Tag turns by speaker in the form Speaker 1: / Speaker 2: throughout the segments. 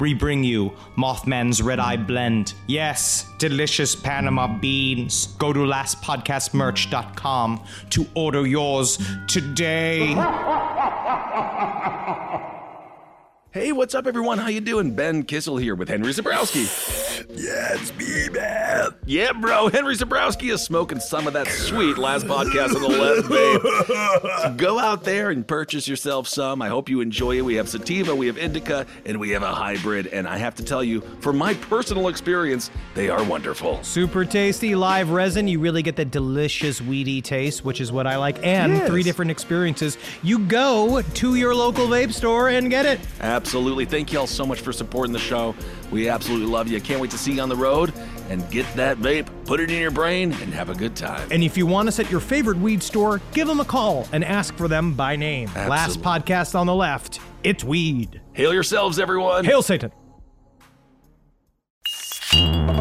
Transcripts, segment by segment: Speaker 1: we bring you Mothman's Red Eye Blend. Yes, delicious Panama beans. Go to lastpodcastmerch.com to order yours today.
Speaker 2: Hey, what's up, everyone? How you doing? Ben Kissel here with Henry Zabrowski. yeah, it's me, man. Yeah, bro. Henry Zabrowski is smoking some of that sweet last podcast on the left, babe. Go out there and purchase yourself some. I hope you enjoy it. We have sativa, we have indica, and we have a hybrid. And I have to tell you, from my personal experience, they are wonderful.
Speaker 3: Super tasty live resin. You really get the delicious weedy taste, which is what I like. And
Speaker 2: Yes.
Speaker 3: three different experiences. You go to your local vape store and get it.
Speaker 2: Absolutely. Thank you all so much for supporting the show. We absolutely love you. Can't wait to see you on the road. And get that vape, put it in your brain, and have a good time.
Speaker 3: And if you want us at your favorite weed store, give them a call and ask for them by name. Last
Speaker 2: Absolutely.
Speaker 3: podcast on the left. It's weed.
Speaker 2: Hail yourselves, everyone.
Speaker 3: Hail Satan.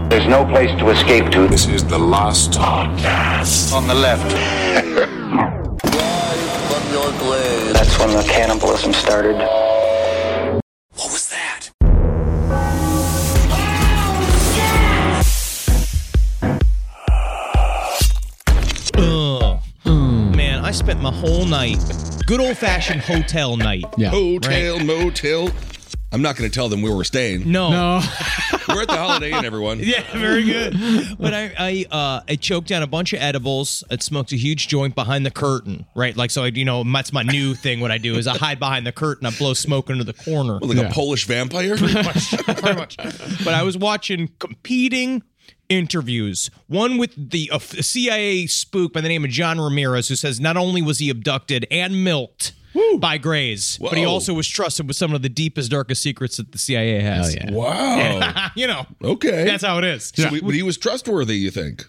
Speaker 4: There's no place to escape to.
Speaker 5: This is the last podcast on the left.
Speaker 4: That's when the cannibalism started.
Speaker 5: What was that?
Speaker 6: Man, I spent my whole night, good old fashioned hotel night. Yeah.
Speaker 7: Hotel, motel. I'm not going to tell them where we're staying.
Speaker 6: No. No.
Speaker 7: We're at the Holiday Inn, everyone.
Speaker 6: Yeah, very good. But I, I, uh, I choked down a bunch of edibles. I smoked a huge joint behind the curtain, right? Like, so I, you know, that's my new thing. What I do is I hide behind the curtain. I blow smoke into the corner.
Speaker 7: Like a Polish vampire.
Speaker 6: pretty much. But I was watching competing interviews. One with the uh, CIA spook by the name of John Ramirez, who says not only was he abducted and milked by Grays, but he
Speaker 7: Whoa.
Speaker 6: also was trusted with some of the deepest, darkest secrets that the CIA has.
Speaker 7: Wow.
Speaker 6: you know,
Speaker 7: Okay.
Speaker 6: that's how it is.
Speaker 7: So we- but he was trustworthy, you think?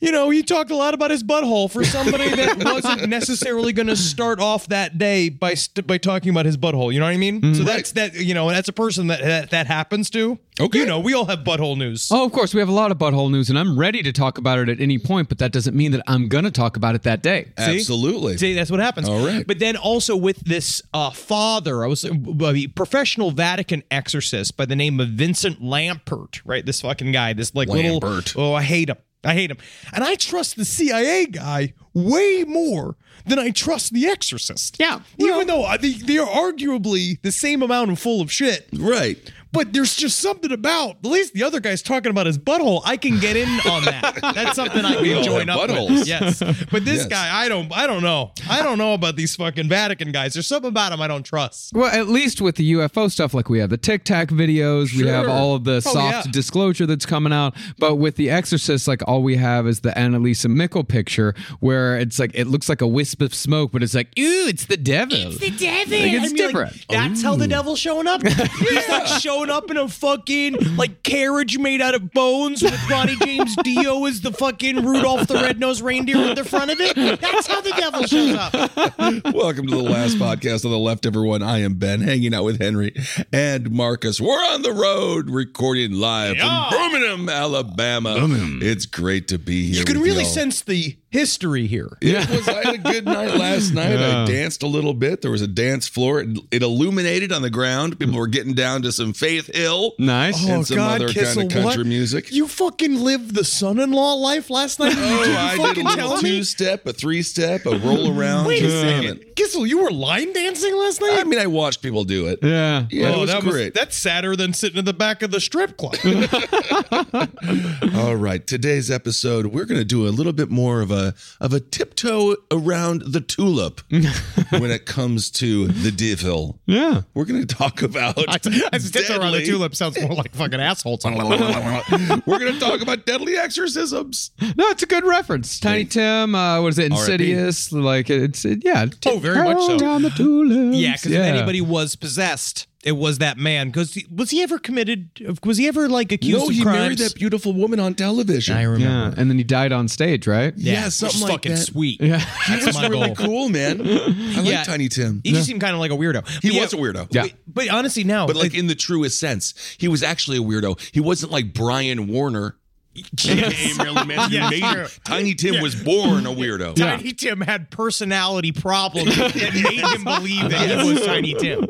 Speaker 6: You know, he talked a lot about his butthole for somebody that wasn't necessarily going to start off that day by st- by talking about his butthole. You know what I mean? so that's that. You know, and that's a person that that, that happens to.
Speaker 7: Okay.
Speaker 6: You know, we all have butthole news.
Speaker 8: Oh, of course, we have a lot of butthole news, and I'm ready to talk about it at any point, but that doesn't mean that I'm going to talk about it that day.
Speaker 7: Absolutely.
Speaker 6: See, that's what happens.
Speaker 7: All right.
Speaker 6: But then also with this uh, father, I was a professional Vatican exorcist by the name of Vincent Lampert, right? This fucking guy, this like
Speaker 7: Lampert.
Speaker 6: little. Oh, I hate him. I hate him. And I trust the CIA guy way more than I trust the exorcist.
Speaker 8: Yeah.
Speaker 6: Even though I think they are arguably the same amount and full of shit.
Speaker 7: Right.
Speaker 6: But there's just something about at least the other guy's talking about his butthole. I can get in on that. That's something I
Speaker 7: We
Speaker 6: can
Speaker 7: all
Speaker 6: join
Speaker 7: have
Speaker 6: up
Speaker 7: buttholes.
Speaker 6: with. Yes, but this
Speaker 7: Yes.
Speaker 6: guy, I don't, I don't know. I don't know about these fucking Vatican guys. There's something about him I don't trust.
Speaker 8: Well, at least with the UFO stuff, like we have the Tic Tac videos, we have all of the soft
Speaker 6: Oh, yeah.
Speaker 8: disclosure that's coming out. But with The Exorcist, like all we have is the Annalisa Mickle picture, where it's like it looks like a wisp of smoke, but it's like, ooh, it's the devil. It's the devil. Like, it's different.
Speaker 6: that's how the devil's showing up. He's not showing showing up in a fucking like carriage made out of bones with Ronnie James Dio as the fucking Rudolph the Red-Nosed Reindeer in the front of it. That's how the devil shows up.
Speaker 7: Welcome to the last podcast on the left, everyone. I am Ben, hanging out with Henry and Marcus. We're on the road, recording live from Birmingham, Alabama. It's great to be here.
Speaker 6: You can
Speaker 7: with
Speaker 6: really
Speaker 7: y'all.
Speaker 6: sense the history here.
Speaker 7: It was. I had a good night last night. I danced a little bit. There was a dance floor. It, it illuminated on the ground. People were getting down to some Faith Hill,
Speaker 8: Nice.
Speaker 7: and some other
Speaker 6: Oh, Kissel,
Speaker 7: kind of country
Speaker 6: what?
Speaker 7: music.
Speaker 6: You fucking lived the son-in-law life last night.
Speaker 7: Oh,
Speaker 6: you didn't
Speaker 7: I did
Speaker 6: fucking
Speaker 7: a little
Speaker 6: tell me.
Speaker 7: two step, a three step, a roll around.
Speaker 6: Wait a
Speaker 7: Just
Speaker 6: second.
Speaker 7: doing it.
Speaker 6: Kissel, you were line dancing last night. Oh,
Speaker 7: I mean, I watched people do it.
Speaker 8: Yeah.
Speaker 7: Yeah, it was
Speaker 6: that was-
Speaker 7: great.
Speaker 6: that's sadder than sitting in the back of the strip club.
Speaker 7: All right, today's episode we're going to do a little bit more of a of a tiptoe around the tulip when it comes to the devil.
Speaker 8: Yeah.
Speaker 7: We're going to talk about deadly-
Speaker 6: sounds more like fucking asshole
Speaker 7: we're going to talk about deadly exorcisms.
Speaker 8: No, it's a good reference. Tiny Tim, uh, what is it? Insidious. Like it's it, yeah.
Speaker 6: Oh, very much so.
Speaker 8: Down the tulips.
Speaker 6: Yeah, because if anybody was possessed, it was that man. Because was he ever committed? Was he ever like accused
Speaker 7: no,
Speaker 6: of
Speaker 7: he married
Speaker 6: crimes?
Speaker 7: that beautiful woman on television.
Speaker 6: I remember.
Speaker 8: Yeah, and then he died on stage, right?
Speaker 7: Yeah, something
Speaker 6: which is
Speaker 7: like
Speaker 6: fucking
Speaker 7: that.
Speaker 6: sweet.
Speaker 8: Yeah.
Speaker 6: That's my
Speaker 7: really
Speaker 6: goal.
Speaker 7: cool, man. I like
Speaker 6: Yeah.
Speaker 7: Tiny Tim.
Speaker 6: He just seemed kind of like a weirdo.
Speaker 7: He
Speaker 6: But yeah,
Speaker 7: was a weirdo.
Speaker 8: Yeah.
Speaker 6: But honestly, now,
Speaker 7: But like
Speaker 6: it-
Speaker 7: in the truest sense, he was actually a weirdo. He wasn't like Brian Warner. Hey, Marilyn Manson
Speaker 6: Yeah,
Speaker 7: made
Speaker 6: sure.
Speaker 7: him. Tiny Tim was born a weirdo.
Speaker 6: Tiny Tim had personality problems that made him believe that he was Tiny Tim.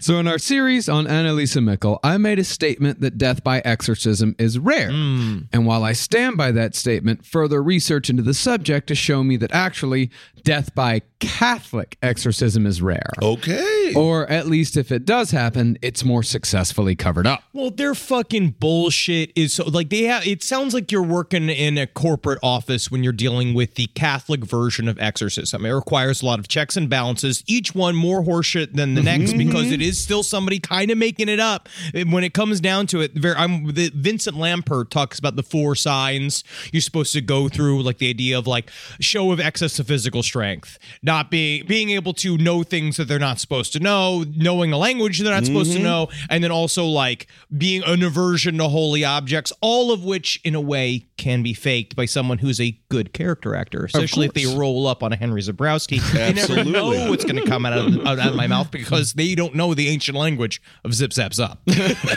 Speaker 8: So in our series on Annalisa Mickle, I made a statement that death by exorcism is rare. And while I stand by that statement, further research into the subject to show me that actually death by Catholic exorcism is rare.
Speaker 7: Oh. Okay.
Speaker 8: Or at least if it does happen, it's more successfully covered up.
Speaker 6: Well, their fucking bullshit is so like they have. It sounds like you're working in a corporate office when you're dealing with the Catholic version of exorcism. It requires a lot of checks and balances, each one more horseshit than the next because it is still somebody kind of making it up. And when it comes down to it, ver- I'm the, Vincent Lampert talks about the four signs you're supposed to go through, like the idea of like show of excess of physical strength, not being being able to know things that they're not supposed to know, knowing a language they're not supposed to know, and then also like being an aversion to holy objects, all of which in a way can be faked by someone who's a good character actor, especially if they roll up on a Henry Zabrowski. They never
Speaker 7: Absolutely.
Speaker 6: know what's going to come out of, out of my mouth because they don't know the ancient language of Zip Zap Zop.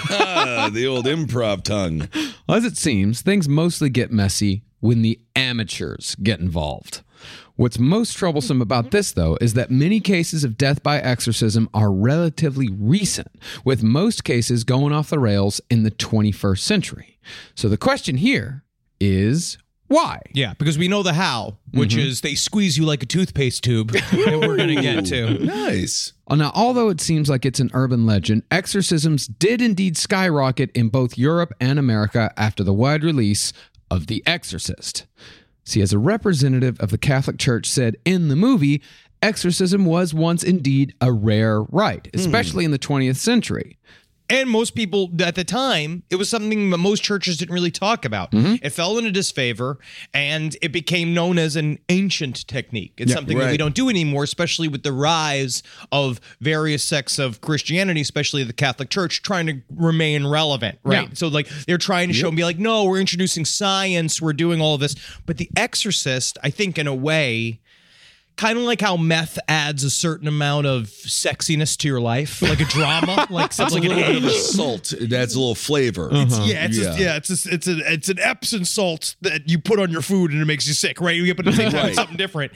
Speaker 7: Ah, the old improv tongue.
Speaker 8: Well, as it seems, things mostly get messy when the amateurs get involved. What's most troublesome about this, though, is that many cases of death by exorcism are relatively recent, with most cases going off the rails in the 21st century. So the question here is why?
Speaker 6: Yeah, because we know the how, which is they squeeze you like a toothpaste tube that we're going to get to.
Speaker 7: Nice.
Speaker 8: Uh, Now, although it seems like it's an urban legend, exorcisms did indeed skyrocket in both Europe and America after the wide release of The Exorcist. See, as a representative of the Catholic Church said in the movie, exorcism was once indeed a rare rite, especially in the 20th century.
Speaker 6: And most people at the time, it was something that most churches didn't really talk about. It fell into disfavor and it became known as an ancient technique. It's something that we
Speaker 7: right.
Speaker 6: don't do anymore, especially with the rise of various sects of Christianity, especially the Catholic Church, trying to remain relevant, right?
Speaker 8: Yeah.
Speaker 6: So, like, they're trying to show and be like, no, we're introducing science, we're doing all of this. But The Exorcist, I think, in a way, kind of like how meth adds a certain amount of sexiness to your life, like a drama, like something like an edge.
Speaker 7: Salt. That's a little flavor. Uh-huh.
Speaker 6: Yeah, it's yeah, yeah it's a, it's a, it's an Epsom salt that you put on your food and it makes you sick, right? You get but at the same time, it's something different.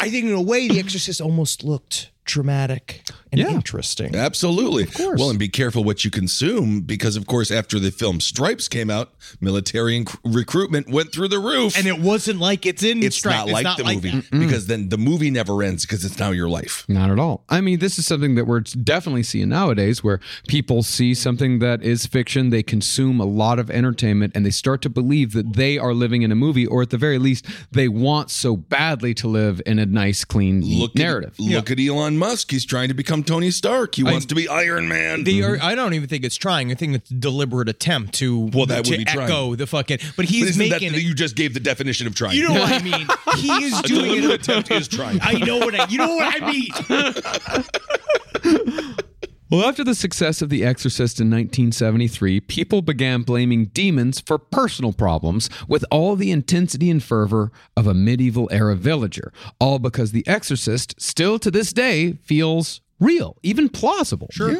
Speaker 6: I think in a way, The Exorcist almost looked dramatic and interesting.
Speaker 7: Absolutely. Of course. Well, and be careful what you consume because, of course, after the film Stripes came out, military inc- recruitment went through the roof.
Speaker 6: And it wasn't like it's in
Speaker 7: it's
Speaker 6: Strike.
Speaker 7: not like the movie because then the movie never ends because it's now your life.
Speaker 8: Not at all. I mean, this is something that we're definitely seeing nowadays where people see something that is fiction, they consume a lot of entertainment, and they start to believe that they are living in a movie, or at the very least, they want so badly to live in a nice, clean
Speaker 6: Mm-hmm.
Speaker 8: neat
Speaker 7: Look
Speaker 8: narrative.
Speaker 7: At, look at Elon Musk. He's trying to become Tony Stark. He wants to be Iron Man.
Speaker 6: They are. I don't even think it's trying. I think it's a deliberate attempt to well,
Speaker 7: that
Speaker 6: to
Speaker 7: would be trying.
Speaker 6: echo the fucking. But
Speaker 7: But
Speaker 6: he's
Speaker 7: isn't that-
Speaker 6: making. it-
Speaker 7: you just gave the definition of trying.
Speaker 6: you know what I mean? He is
Speaker 7: a
Speaker 6: doing
Speaker 7: deliberate
Speaker 6: it.
Speaker 7: attempt is trying.
Speaker 6: I know what I. You know what I mean.
Speaker 8: Well, after the success of The Exorcist in 1973, people began blaming demons for personal problems with all the intensity and fervor of a medieval era villager, all because The Exorcist still to this day feels real, even plausible. Sure.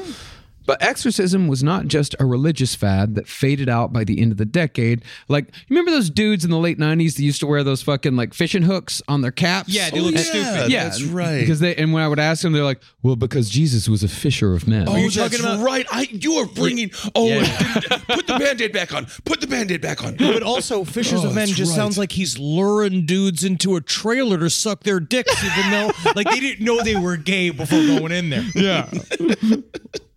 Speaker 8: But exorcism was not just a religious fad that faded out by the end of the decade. Like, you remember those dudes in the late 90s that used to wear those fucking like fishing hooks on their caps?
Speaker 6: Yeah, they Oh, look yeah, stupid.
Speaker 8: Yeah,
Speaker 7: that's right.
Speaker 8: Because they and when I would ask them, they're like, "Well, because Jesus was a fisher of men."
Speaker 7: Oh, that's right. I you are bringing. Oh, dude, put the band-aid back on. Put the band-aid back on.
Speaker 9: But also, Fishers
Speaker 7: Oh,
Speaker 9: of Men
Speaker 7: that's
Speaker 9: just
Speaker 7: right.
Speaker 9: sounds like he's luring dudes into a trailer to suck their dicks, even though like they didn't know they were gay before going in there.
Speaker 6: Yeah.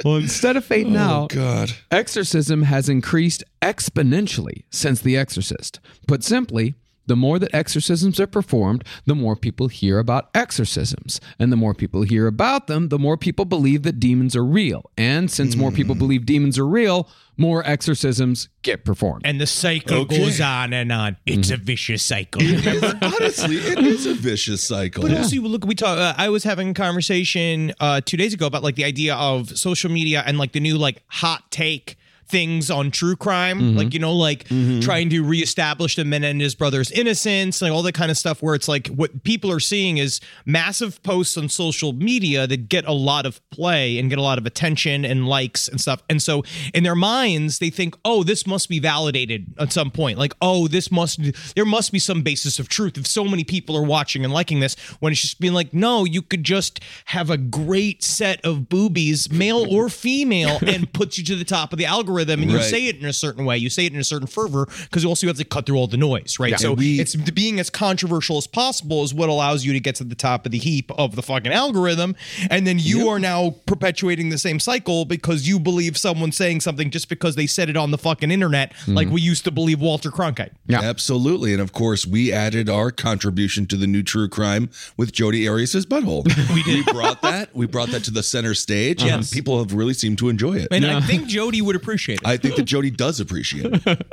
Speaker 8: well, instead of fading out,
Speaker 7: Oh, God.
Speaker 8: exorcism has increased exponentially since The Exorcist. Put simply, the more that exorcisms are performed, the more people hear about exorcisms. And the more people hear about them, the more people believe that demons are real. And since more
Speaker 7: Hmm.
Speaker 8: people believe demons are real, more exorcisms get performed.
Speaker 6: And the cycle
Speaker 7: Okay.
Speaker 6: goes on and on. It's a vicious cycle. Remember?
Speaker 7: Honestly, it is a vicious cycle.
Speaker 6: But also, you look, we talk. Uh, I was having a conversation uh, two days ago about like the idea of social media and like the new like hot take things on true crime, like you know, like trying to reestablish the men and his brother's innocence, like all that kind of stuff. Where it's like what people are seeing is massive posts on social media that get a lot of play and get a lot of attention and likes and stuff. And so in their minds, they think, oh, this must be validated at some point. Like, oh, this must, there must be some basis of truth if so many people are watching and liking this. When it's just being like, no, you could just have a great set of boobies, male or female, and put you to the top of the algorithm. And you
Speaker 7: Right.
Speaker 6: say it in a certain way, you say it in a certain fervor, because also you have to cut through all the noise, right? So
Speaker 7: And we-
Speaker 6: it's being as controversial as possible is what allows you to get to the top of the heap of the fucking algorithm. And then you are now perpetuating the same cycle because you believe someone saying something just because they said it on the fucking internet,
Speaker 8: Mm-hmm.
Speaker 6: like we used to believe Walter Cronkite.
Speaker 7: Absolutely. And of course, we added our contribution to the new true crime with Jody Arias' butthole. We did. We brought that. We brought that to the center stage. And
Speaker 6: Yes.
Speaker 7: people have really seemed to enjoy it.
Speaker 9: And I think Jody would appreciate it.
Speaker 7: I think that Jody does appreciate it.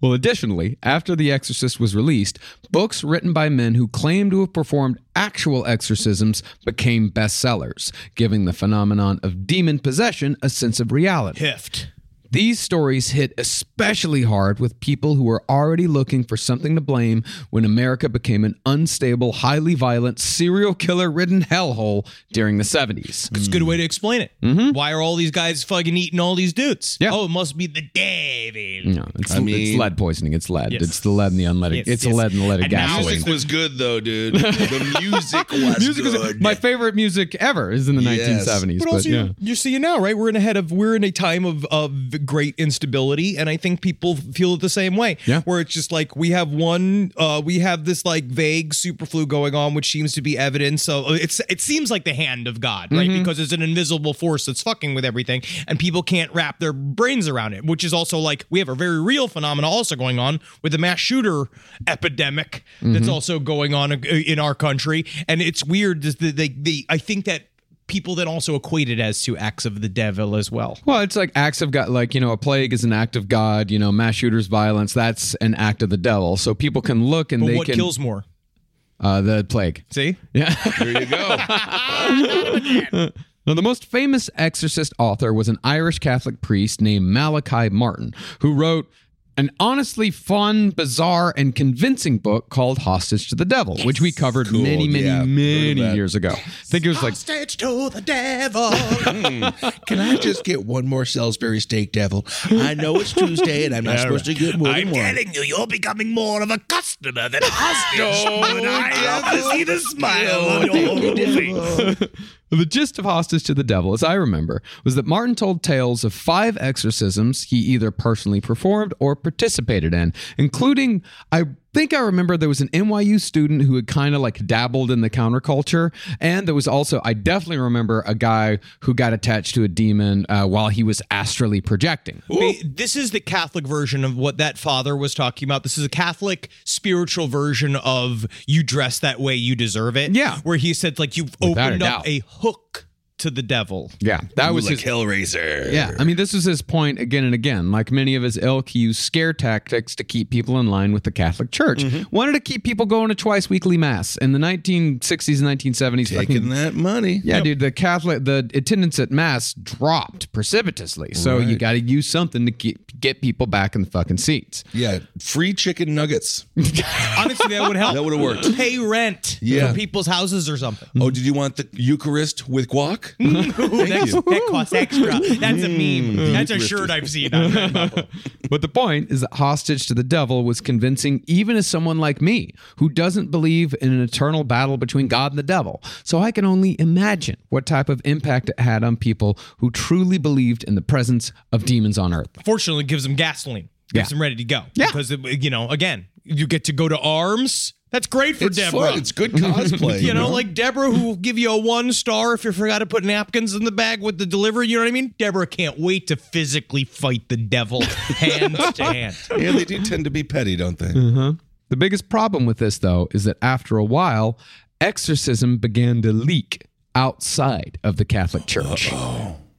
Speaker 8: Well, additionally, after The Exorcist was released, books written by men who claimed to have performed actual exorcisms became bestsellers, giving the phenomenon of demon possession a sense of reality.
Speaker 9: Hift.
Speaker 8: Mm. These stories hit especially hard with people who were already looking for something to blame when America became an unstable, highly violent, serial killer ridden hellhole during the 70s.
Speaker 9: It's a good way to explain it. Why are all these guys fucking eating all these dudes?
Speaker 8: Mm-hmm. Yeah. Mm.
Speaker 9: Oh, it must be the devil.
Speaker 8: No, it's,
Speaker 7: I mean-
Speaker 8: it's lead poisoning. It's lead.
Speaker 9: Yes.
Speaker 8: It's the lead and the unleaded.
Speaker 9: Yes,
Speaker 8: it's
Speaker 9: yes.
Speaker 8: the lead and the leaded
Speaker 9: And now
Speaker 8: gasoline.
Speaker 9: it's
Speaker 7: Music was good, though, dude. The music was
Speaker 8: music is-
Speaker 7: good.
Speaker 8: my favorite music ever is in the
Speaker 7: Yes.
Speaker 8: 1970s.
Speaker 6: But
Speaker 8: But
Speaker 6: also,
Speaker 8: yeah.
Speaker 6: you're, you're seeing now, right? We're in a head of we're in a time of of great instability, and I think people feel the same way.
Speaker 8: Yeah.
Speaker 6: where it's just like we have one, uh, we have this like vague superflu going on, which seems to be evidence. So it's it seems like the hand of God, right?
Speaker 8: Mm-hmm.
Speaker 6: Because it's an invisible force that's fucking with everything, and people can't wrap their brains around it. Which is also like we have a very real phenomena also going on with the mass shooter epidemic
Speaker 8: Mm-hmm.
Speaker 6: that's also going on uh, in our country, and it's weird. that The, the, the I think that people then also equate it as to acts of the devil as well.
Speaker 8: Well, it's like acts of God, like, you know, a plague is an act of God, you know, mass shooters, violence, that's an act of the devil. So people can look and
Speaker 6: But
Speaker 8: they
Speaker 6: what
Speaker 8: can.
Speaker 6: kills more?
Speaker 8: uh, the plague.
Speaker 6: See?
Speaker 8: Yeah.
Speaker 7: There you go.
Speaker 8: Now, the most famous exorcist author was an Irish Catholic priest named Malachi Martin, who wrote an honestly fun, bizarre, and convincing book called Hostage to the Devil, which we covered
Speaker 7: Cool,
Speaker 8: many, many,
Speaker 7: yeah. Heard of
Speaker 8: many
Speaker 7: that.
Speaker 8: years ago. I think it was like
Speaker 9: Stage to the devil.
Speaker 7: Can I just get one more Salisbury steak, devil? I know it's Tuesday and I'm not supposed to get more than one.
Speaker 9: you, you're becoming more of a customer than a hostage. but I love to see the smile on your face.
Speaker 8: The gist of Hostage to the Devil, as I remember, was that Martin told tales of five exorcisms he either personally performed or participated in, including, I think I remember there was an NYU student who had kind of like dabbled in the counterculture. And there was also, I definitely remember a guy who got attached to a demon uh, while he was astrally projecting.
Speaker 6: Ba- This is the Catholic version of what that father was talking about. This is a Catholic spiritual version of you dress that way, you deserve it.
Speaker 8: Yeah.
Speaker 6: Where he said, like, you've
Speaker 8: Without a
Speaker 6: opened up
Speaker 8: doubt.
Speaker 6: a hook to the devil.
Speaker 8: Yeah, that was
Speaker 6: Like
Speaker 8: his
Speaker 7: Hellraiser.
Speaker 8: Yeah, I mean, this was his point again and again. Like many of his ilk, he used scare tactics to keep people in line with the Catholic Church.
Speaker 7: Mm-hmm.
Speaker 8: Wanted to keep people going to twice weekly mass in the 1960s and 1970s.
Speaker 7: Taking that money.
Speaker 8: Yeah,
Speaker 7: Yep.
Speaker 8: dude. The Catholic the attendance at mass dropped precipitously. So you
Speaker 7: Right.
Speaker 8: got to use something to keep, get people back in the fucking seats.
Speaker 7: Yeah, free chicken nuggets.
Speaker 6: Honestly, that would help.
Speaker 7: That would've worked.
Speaker 6: Pay rent
Speaker 7: Yeah.
Speaker 6: for people's houses or something.
Speaker 7: Oh, did you want the Eucharist with guac?
Speaker 6: Mm-hmm. That's-
Speaker 7: you.
Speaker 6: That costs extra. That's a
Speaker 7: Mm.
Speaker 6: meme. That's a
Speaker 7: Mm-hmm.
Speaker 8: Eucharist.
Speaker 6: shirt I've seen. on Redbubble.
Speaker 8: But the point is that Hostage to the Devil was convincing even as someone like me, who doesn't believe in an eternal battle between God and the devil. So I can only imagine what type of impact it had on people who truly believed in the presence of demons on earth.
Speaker 6: Fortunately, it gives them gasoline. Gives
Speaker 8: Yeah.
Speaker 6: them ready to go. Yeah. Because, it- you know, again, you get to go to arms. That's great for
Speaker 7: It's
Speaker 6: Deborah.
Speaker 7: fun. It's good cosplay.
Speaker 6: You know, like Deborah, who will give you a one star if you forgot to put napkins in the bag with the delivery. You know what I mean? Deborah can't wait to physically fight the devil hand to hand.
Speaker 7: yeah, they do tend to be petty, don't they?
Speaker 8: The biggest problem with this, though, is that after a while, exorcism began to leak outside of the Catholic Church.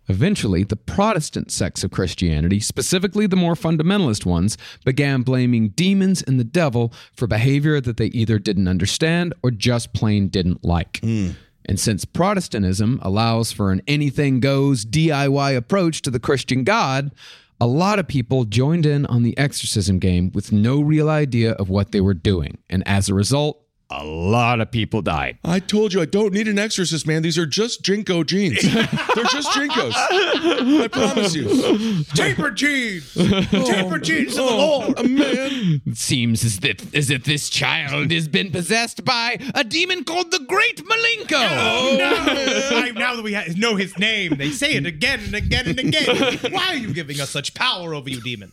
Speaker 8: Eventually, the Protestant sects of Christianity, specifically the more fundamentalist ones, began blaming demons and the devil for behavior that they either didn't understand or just plain didn't like. And since Protestantism allows for an anything goes DIY approach to the Christian God, a lot of people joined in on the exorcism game with no real idea of what they were doing. And as a result, a lot of people died.
Speaker 7: I told you I don't need an exorcist, man. These are just Jinko jeans. They're just Jinkos. I promise you. Taper jeans.
Speaker 6: Oh.
Speaker 7: Taper jeans to the Lord. man.
Speaker 8: It seems as if, as if this child has been possessed by a demon called the Great Malenko.
Speaker 6: Oh. I, now that we ha- know his name, they say it again and again and again. Why are you giving us such power over you, demon?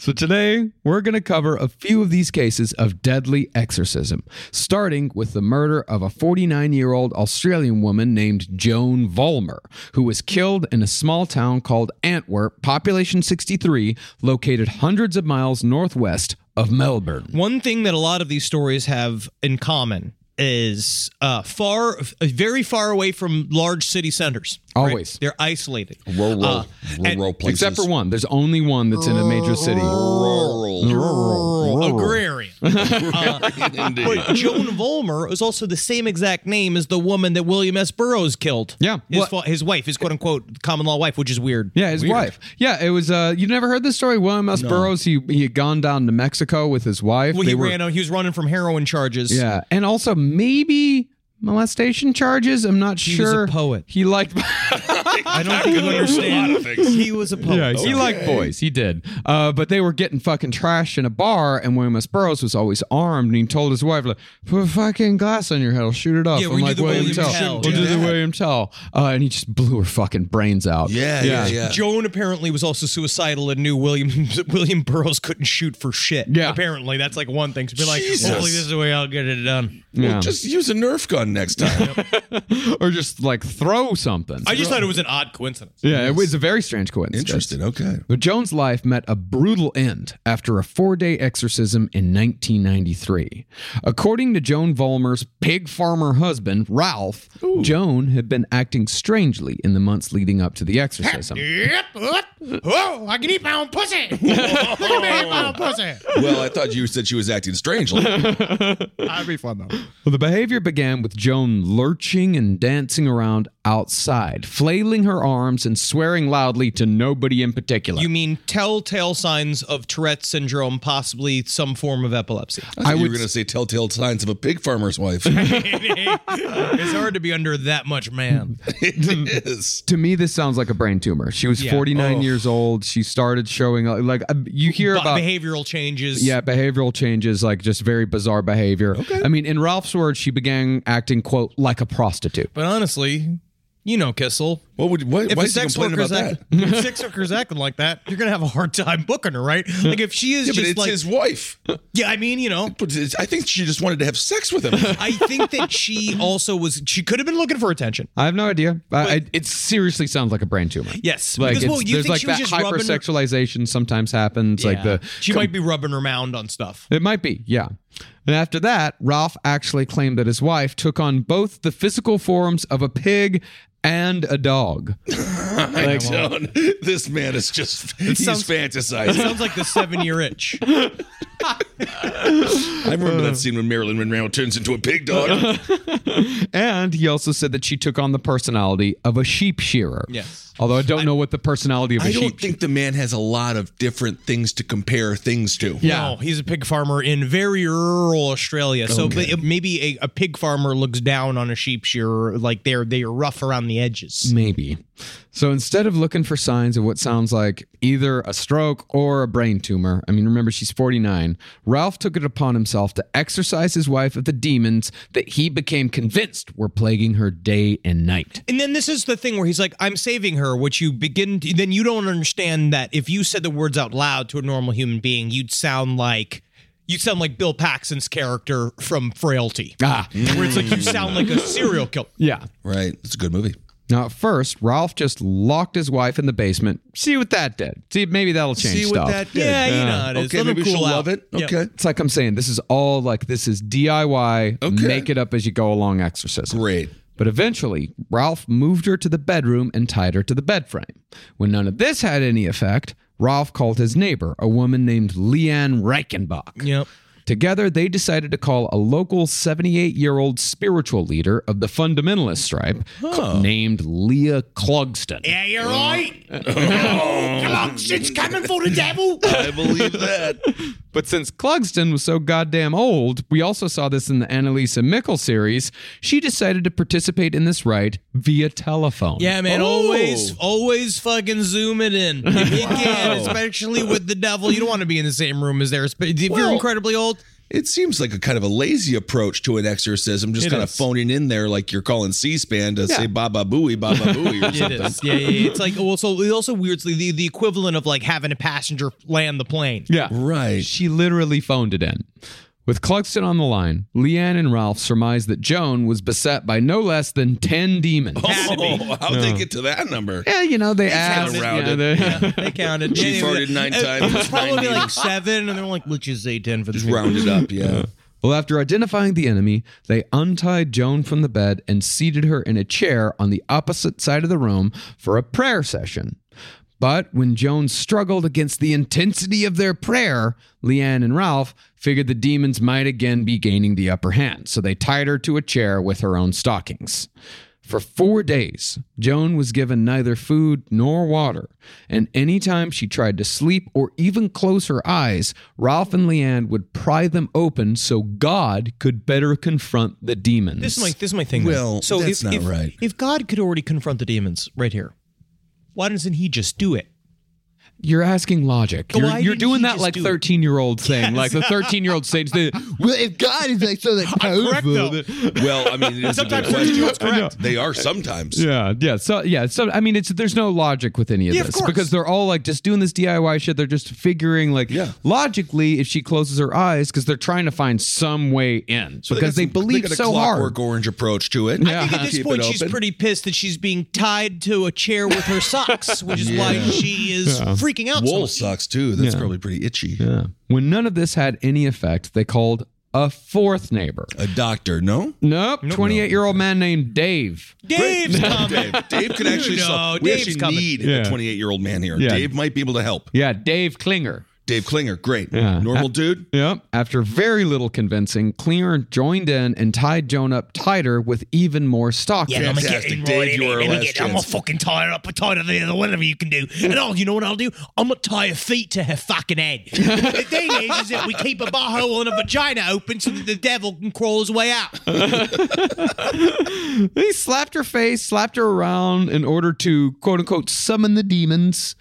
Speaker 8: So today, we're going to cover a few of these cases of deadly exorcism, starting with the murder of a 49 year old Australian woman named Joan Vollmer, who was killed in a small town called Antwerp, population 63, located hundreds of miles northwest of Melbourne.
Speaker 6: One thing that a lot of these stories have in common is uh, far, very far away from large city centers. right?
Speaker 8: Always.
Speaker 6: they're isolated.
Speaker 7: Rural,
Speaker 6: Uh, and-
Speaker 7: rural places.
Speaker 8: Except for one. There's only one that's in a major city.
Speaker 7: Rural.
Speaker 8: Rural.
Speaker 6: Agrarian. Uh,
Speaker 7: Indeed.
Speaker 6: But Joan Volmer is also the same exact name as the woman that William S. Burroughs killed.
Speaker 8: Yeah.
Speaker 6: His,
Speaker 8: What-
Speaker 6: fa- his wife, his quote unquote common law wife, which is weird.
Speaker 8: Yeah, his wife. Yeah, it was. Uh, you never heard this story? William S. Burroughs. He he had gone down to Mexico with his wife.
Speaker 6: Well,
Speaker 8: They
Speaker 6: he
Speaker 8: were-
Speaker 6: ran. out- He was running from heroin charges.
Speaker 8: Yeah, and also maybe molestation charges. I'm not
Speaker 6: He was a
Speaker 8: sure.
Speaker 6: poet.
Speaker 8: He liked.
Speaker 6: I don't think you understand. He was a poet.
Speaker 8: Yeah, he liked boys. He did. Uh, but they were getting fucking trashed in a bar, and William S. Burroughs was always armed, and he told his wife, like, put a fucking glass on your head. I'll shoot it off.
Speaker 6: Yeah,
Speaker 8: I'm
Speaker 6: we'll do
Speaker 8: like,
Speaker 6: the
Speaker 8: William
Speaker 6: William
Speaker 8: Tell.
Speaker 6: Tell.
Speaker 8: We'll do the
Speaker 7: Yeah.
Speaker 8: William Tell. Uh, and he just blew her fucking brains out.
Speaker 7: Yeah, yeah, yeah.
Speaker 6: Joan apparently was also suicidal and knew William William Burroughs couldn't shoot for shit.
Speaker 8: Yeah.
Speaker 6: apparently that's like one thing. To be like,
Speaker 7: Jesus.
Speaker 6: hopefully this is the way I'll get it done.
Speaker 7: Well,
Speaker 8: Yeah.
Speaker 7: just use a Nerf gun next time.
Speaker 8: Or just like throw something.
Speaker 6: I just thought it was an odd coincidence.
Speaker 8: yeah, it was a very strange coincidence.
Speaker 7: Interesting. Okay.
Speaker 8: But Joan's life met a brutal end after a four day exorcism in 1993. According to Joan Vollmer's pig farmer husband, Ralph, Joan had been acting strangely in the months leading up to the exorcism.
Speaker 10: Yep. What? Oh, I can eat my own pussy. Look at me eat my own pussy.
Speaker 7: Well, I thought you said she was acting strangely.
Speaker 10: That'd be fun though.
Speaker 8: Well, the behavior began with Joan lurching and dancing around outside, flailing her arms and swearing loudly to nobody in particular.
Speaker 6: You mean telltale signs of Tourette syndrome, possibly some form of epilepsy?
Speaker 7: I, you were
Speaker 8: would-
Speaker 7: going to say telltale signs of a pig farmer's wife.
Speaker 6: it's hard to be under that much man.
Speaker 7: it is.
Speaker 8: to me, this sounds like a brain tumor. She was
Speaker 6: Yeah.
Speaker 8: 49
Speaker 6: Oh.
Speaker 8: years old. She started showing like uh, you hear
Speaker 6: But
Speaker 8: about
Speaker 6: behavioral changes.
Speaker 8: Yeah, behavioral changes, like just very bizarre behavior. I mean, in Ralph's words, she began acting, quote, like a prostitute.
Speaker 6: but honestly, you know, Kissel,
Speaker 7: What would what,
Speaker 6: if
Speaker 7: why
Speaker 6: a
Speaker 7: is he
Speaker 6: sex
Speaker 7: complaining
Speaker 6: worker's
Speaker 7: about
Speaker 6: act,
Speaker 7: that?
Speaker 6: if a sex worker's acting like that, you're gonna have a hard time booking her, right? Like if she is
Speaker 7: yeah,
Speaker 6: just
Speaker 7: but it's
Speaker 6: like
Speaker 7: his wife.
Speaker 6: Yeah, I mean, you know,
Speaker 7: I think she just wanted to have sex with him.
Speaker 6: I think that she also was. She could have been looking for attention.
Speaker 8: I have no idea. I, I, it seriously sounds like a brain tumor.
Speaker 6: Yes,
Speaker 8: like
Speaker 6: because, well,
Speaker 8: it's-
Speaker 6: you
Speaker 8: there's
Speaker 6: think
Speaker 8: like
Speaker 6: she was
Speaker 8: that
Speaker 6: just rubbing her-
Speaker 8: hypersexualization sometimes happens. Like
Speaker 6: Yeah.
Speaker 8: the
Speaker 6: she might be rubbing her mound on stuff.
Speaker 8: It might be, yeah. And after that, Ralph actually claimed that his wife took on both the physical forms of a pig and a dog.
Speaker 7: I don't. This man is just he's
Speaker 6: sounds-
Speaker 7: fantasizing.
Speaker 6: It sounds like the seven-year itch.
Speaker 7: I remember that scene when Marilyn Monroe turns into a pig dog.
Speaker 8: And he also said that she took on the personality of a sheep shearer.
Speaker 7: Yes.
Speaker 8: Although I don't know what the personality of a
Speaker 7: I
Speaker 8: sheep
Speaker 7: don't think the man has a lot of different things to compare things to.
Speaker 6: No, he's a pig farmer in very rural Australia. So
Speaker 7: Okay.
Speaker 6: but maybe a, a pig farmer looks down on a sheep shearer, like they're they are rough around the
Speaker 7: Mm.
Speaker 6: edges.
Speaker 8: Maybe. So instead of looking for signs of what sounds like either a stroke or a brain tumor, I mean, remember, she's 49, Ralph took it upon himself to exorcise his wife of the demons that he became convinced were plaguing her day and night.
Speaker 6: And then this is the thing where he's like, I'm saving her, which you begin to, then you don't understand that if you said the words out loud to a normal human being, you'd sound like you sound like Bill Paxton's character from Frailty.
Speaker 8: Ah.
Speaker 6: Where it's like you sound like a serial killer.
Speaker 8: Yeah.
Speaker 7: Right. It's a good movie.
Speaker 8: Now, at first, Ralph just locked his wife in the basement. See what that did. See, maybe that'll change
Speaker 7: See what
Speaker 8: stuff.
Speaker 7: that did.
Speaker 6: Yeah, you know how it is.
Speaker 7: Okay,
Speaker 6: Let him
Speaker 7: maybe she'll
Speaker 6: cool out.
Speaker 7: love it.
Speaker 6: Yeah.
Speaker 7: Okay.
Speaker 8: It's like I'm saying, this is all like this is DIY,
Speaker 7: Okay.
Speaker 8: make it up as you go along exorcism.
Speaker 7: Great.
Speaker 8: But eventually, Ralph moved her to the bedroom and tied her to the bed frame. When none of this had any effect, Ralph called his neighbor, a woman named Leanne Reichenbach.
Speaker 6: Yep.
Speaker 8: Together, they decided to call a local 78 year old spiritual leader of the fundamentalist stripe named Leah Clugston.
Speaker 6: Yeah, you're right. Come on, shit's coming for the devil.
Speaker 7: I believe that.
Speaker 8: But since Clugston was so goddamn old, we also saw this in the Annalisa Mickle series, she decided to participate in this rite via telephone.
Speaker 6: Yeah, man.
Speaker 7: Oh.
Speaker 6: Always, always fucking zoom it in if you can, especially with the devil. You don't want to be in the same room as there. If you're
Speaker 7: Well-
Speaker 6: incredibly old,
Speaker 7: It seems like a kind of a lazy approach to an exorcism, just
Speaker 6: It
Speaker 7: kind
Speaker 6: is.
Speaker 7: of phoning in there like you're calling C-SPAN to say "Baba Booey, Baba Booey" or
Speaker 6: it
Speaker 7: something.
Speaker 6: is. Yeah, yeah, yeah. It's like well, so it also weirdly the, the equivalent of like having a passenger land the plane.
Speaker 8: Yeah.
Speaker 7: Right.
Speaker 8: She literally phoned it in. With Clugston on the line, Leanne and Ralph surmised that Joan was beset by no less than 10 demons.
Speaker 6: Had to be.
Speaker 7: Oh, how'd they get to that number?
Speaker 8: Yeah, you know, they asked.
Speaker 7: kinda rounded.
Speaker 8: yeah, they-
Speaker 6: They counted.
Speaker 7: She
Speaker 6: Yeah,
Speaker 7: farted nine
Speaker 6: it-
Speaker 7: times,
Speaker 6: It's
Speaker 7: it's nine
Speaker 6: probably like
Speaker 7: meters.
Speaker 6: seven, and they're like, let's just say ten for the
Speaker 7: Just rounded up, yeah.
Speaker 8: Well, after identifying the enemy, they untied Joan from the bed and seated her in a chair on the opposite side of the room for a prayer session. But when Joan struggled against the intensity of their prayer, Leanne and Ralph figured the demons might again be gaining the upper hand, so they tied her to a chair with her own stockings. For four days, Joan was given neither food nor water, and any time she tried to sleep or even close her eyes, Ralph and Leanne would pry them open so God could better confront the demons.
Speaker 6: This is my this is my thing.
Speaker 7: Well,
Speaker 6: though. so
Speaker 7: that's
Speaker 6: if,
Speaker 7: not
Speaker 6: if,
Speaker 7: right.
Speaker 6: If God could already confront the demons right here, why doesn't He just do it?
Speaker 8: You're asking logic.
Speaker 6: But
Speaker 8: You're,
Speaker 6: why
Speaker 8: you're
Speaker 6: didn't
Speaker 8: doing
Speaker 6: he
Speaker 8: that
Speaker 6: just
Speaker 8: like
Speaker 6: do it?
Speaker 8: 13 year old thing, like the 13 year old stage. The, well, if God is like so that powerful, that-
Speaker 7: Well, I mean, it is a good
Speaker 6: Sometimes they're
Speaker 7: question.
Speaker 6: just correct.
Speaker 7: They are sometimes.
Speaker 8: Yeah, yeah. So yeah, so I mean, it's there's no logic with any of
Speaker 6: Yeah, of
Speaker 8: this
Speaker 6: course.
Speaker 8: because they're all like just doing this DIY shit. They're just figuring like
Speaker 7: Yeah.
Speaker 8: logically if she closes her eyes because they're trying to find some way in because they,
Speaker 7: got some-
Speaker 8: believe
Speaker 7: they got a
Speaker 8: so hard.
Speaker 7: Clockwork orange approach to it.
Speaker 6: I think at this
Speaker 7: Keep
Speaker 6: point
Speaker 7: it
Speaker 6: she's
Speaker 7: open.
Speaker 6: pretty pissed that she's being tied to a chair with her socks, which is why she is freaking out.
Speaker 7: Wool
Speaker 6: so much.
Speaker 7: sucks too. That's probably pretty itchy.
Speaker 8: Yeah. When none of this had any effect, they called a fourth neighbor.
Speaker 7: A doctor, no?
Speaker 8: Nope, 28 year old man named Dave.
Speaker 6: Dave's coming.
Speaker 7: Dave, Dave could actually
Speaker 6: You know,
Speaker 7: solve. We
Speaker 6: Dave's
Speaker 7: actually
Speaker 6: coming.
Speaker 7: need
Speaker 8: Yeah.
Speaker 7: a 28 year old man here.
Speaker 8: Yeah.
Speaker 7: Dave might be able to help.
Speaker 8: Yeah, Dave Klinger.
Speaker 7: Dave Klinger, great,
Speaker 8: Yeah.
Speaker 7: normal dude.
Speaker 8: Yep. After very little convincing, Klinger joined in and tied Joan up tighter with even more stockings.
Speaker 7: Yeah,
Speaker 6: I'm
Speaker 7: Fantastic.
Speaker 6: getting
Speaker 7: Dave,
Speaker 6: right in
Speaker 7: you
Speaker 6: it.
Speaker 7: are our
Speaker 6: Let me
Speaker 7: last
Speaker 6: get- I'm gonna
Speaker 7: chance.
Speaker 6: fucking tie her up, tie her there, whatever you can do. And oh, you know what I'll do? I'm gonna tie her feet to her fucking head. the thing is, is that we keep a butthole and a vagina open so that the devil can crawl his way out.
Speaker 8: He slapped her face, slapped her around in order to quote unquote summon the demons.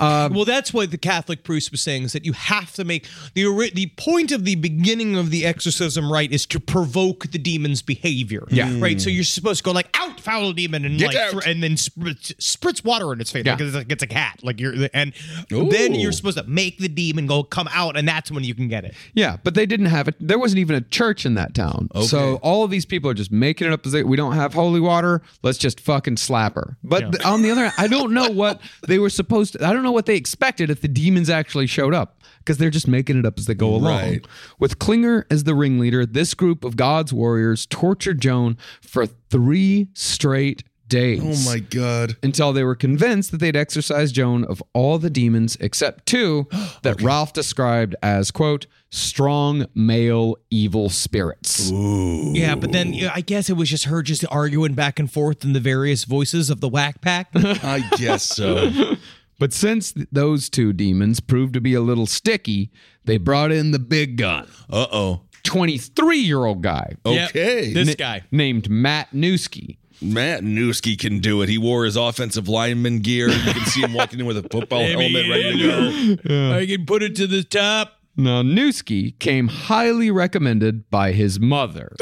Speaker 6: well, that's what the Catholic priest was saying is that you have to make the ori- the point of the beginning of the exorcism right is to provoke the demon's behavior.
Speaker 8: Yeah.
Speaker 6: right. So you're supposed to go like out, foul demon, and
Speaker 8: Get
Speaker 6: like
Speaker 8: out.
Speaker 6: thr- and then spritz, spritz water in its face
Speaker 8: Yeah.
Speaker 6: like, it's like it's a cat. Like you're and then you're supposed to make the demon go come out, and that's when you can get it.
Speaker 8: Yeah, but they didn't have it. There wasn't even a church in that town. So all of these people are just making it up as they, we don't have holy water. Let's just fucking slap her. But th- on the other hand, I don't know what they were supposed to, I don't know what they expected if the demons actually showed up because they're just making it up as they go along.
Speaker 7: Right.
Speaker 8: With Klinger as the ringleader, this group of God's warriors tortured Joan for three straight days.
Speaker 7: Oh my God.
Speaker 8: Until they were convinced that they'd exorcised Joan of all the demons except two that Ralph described as, quote, strong male evil spirits.
Speaker 6: Yeah, but then yeah, I guess it was just her just arguing back and forth in the various voices of the whack pack.
Speaker 7: I guess so.
Speaker 8: But since th- those two demons proved to be a little sticky, they brought in the big gun.
Speaker 7: Uh oh.
Speaker 8: 23 year old guy.
Speaker 6: Oh.
Speaker 7: Okay.
Speaker 8: Na- Named Matt Newski.
Speaker 7: Matt Newski can do it. He wore his offensive lineman gear. You can see him walking in with a football helmet ready to go.
Speaker 6: I can put it to the top.
Speaker 8: Now, Newski came highly recommended by his mother.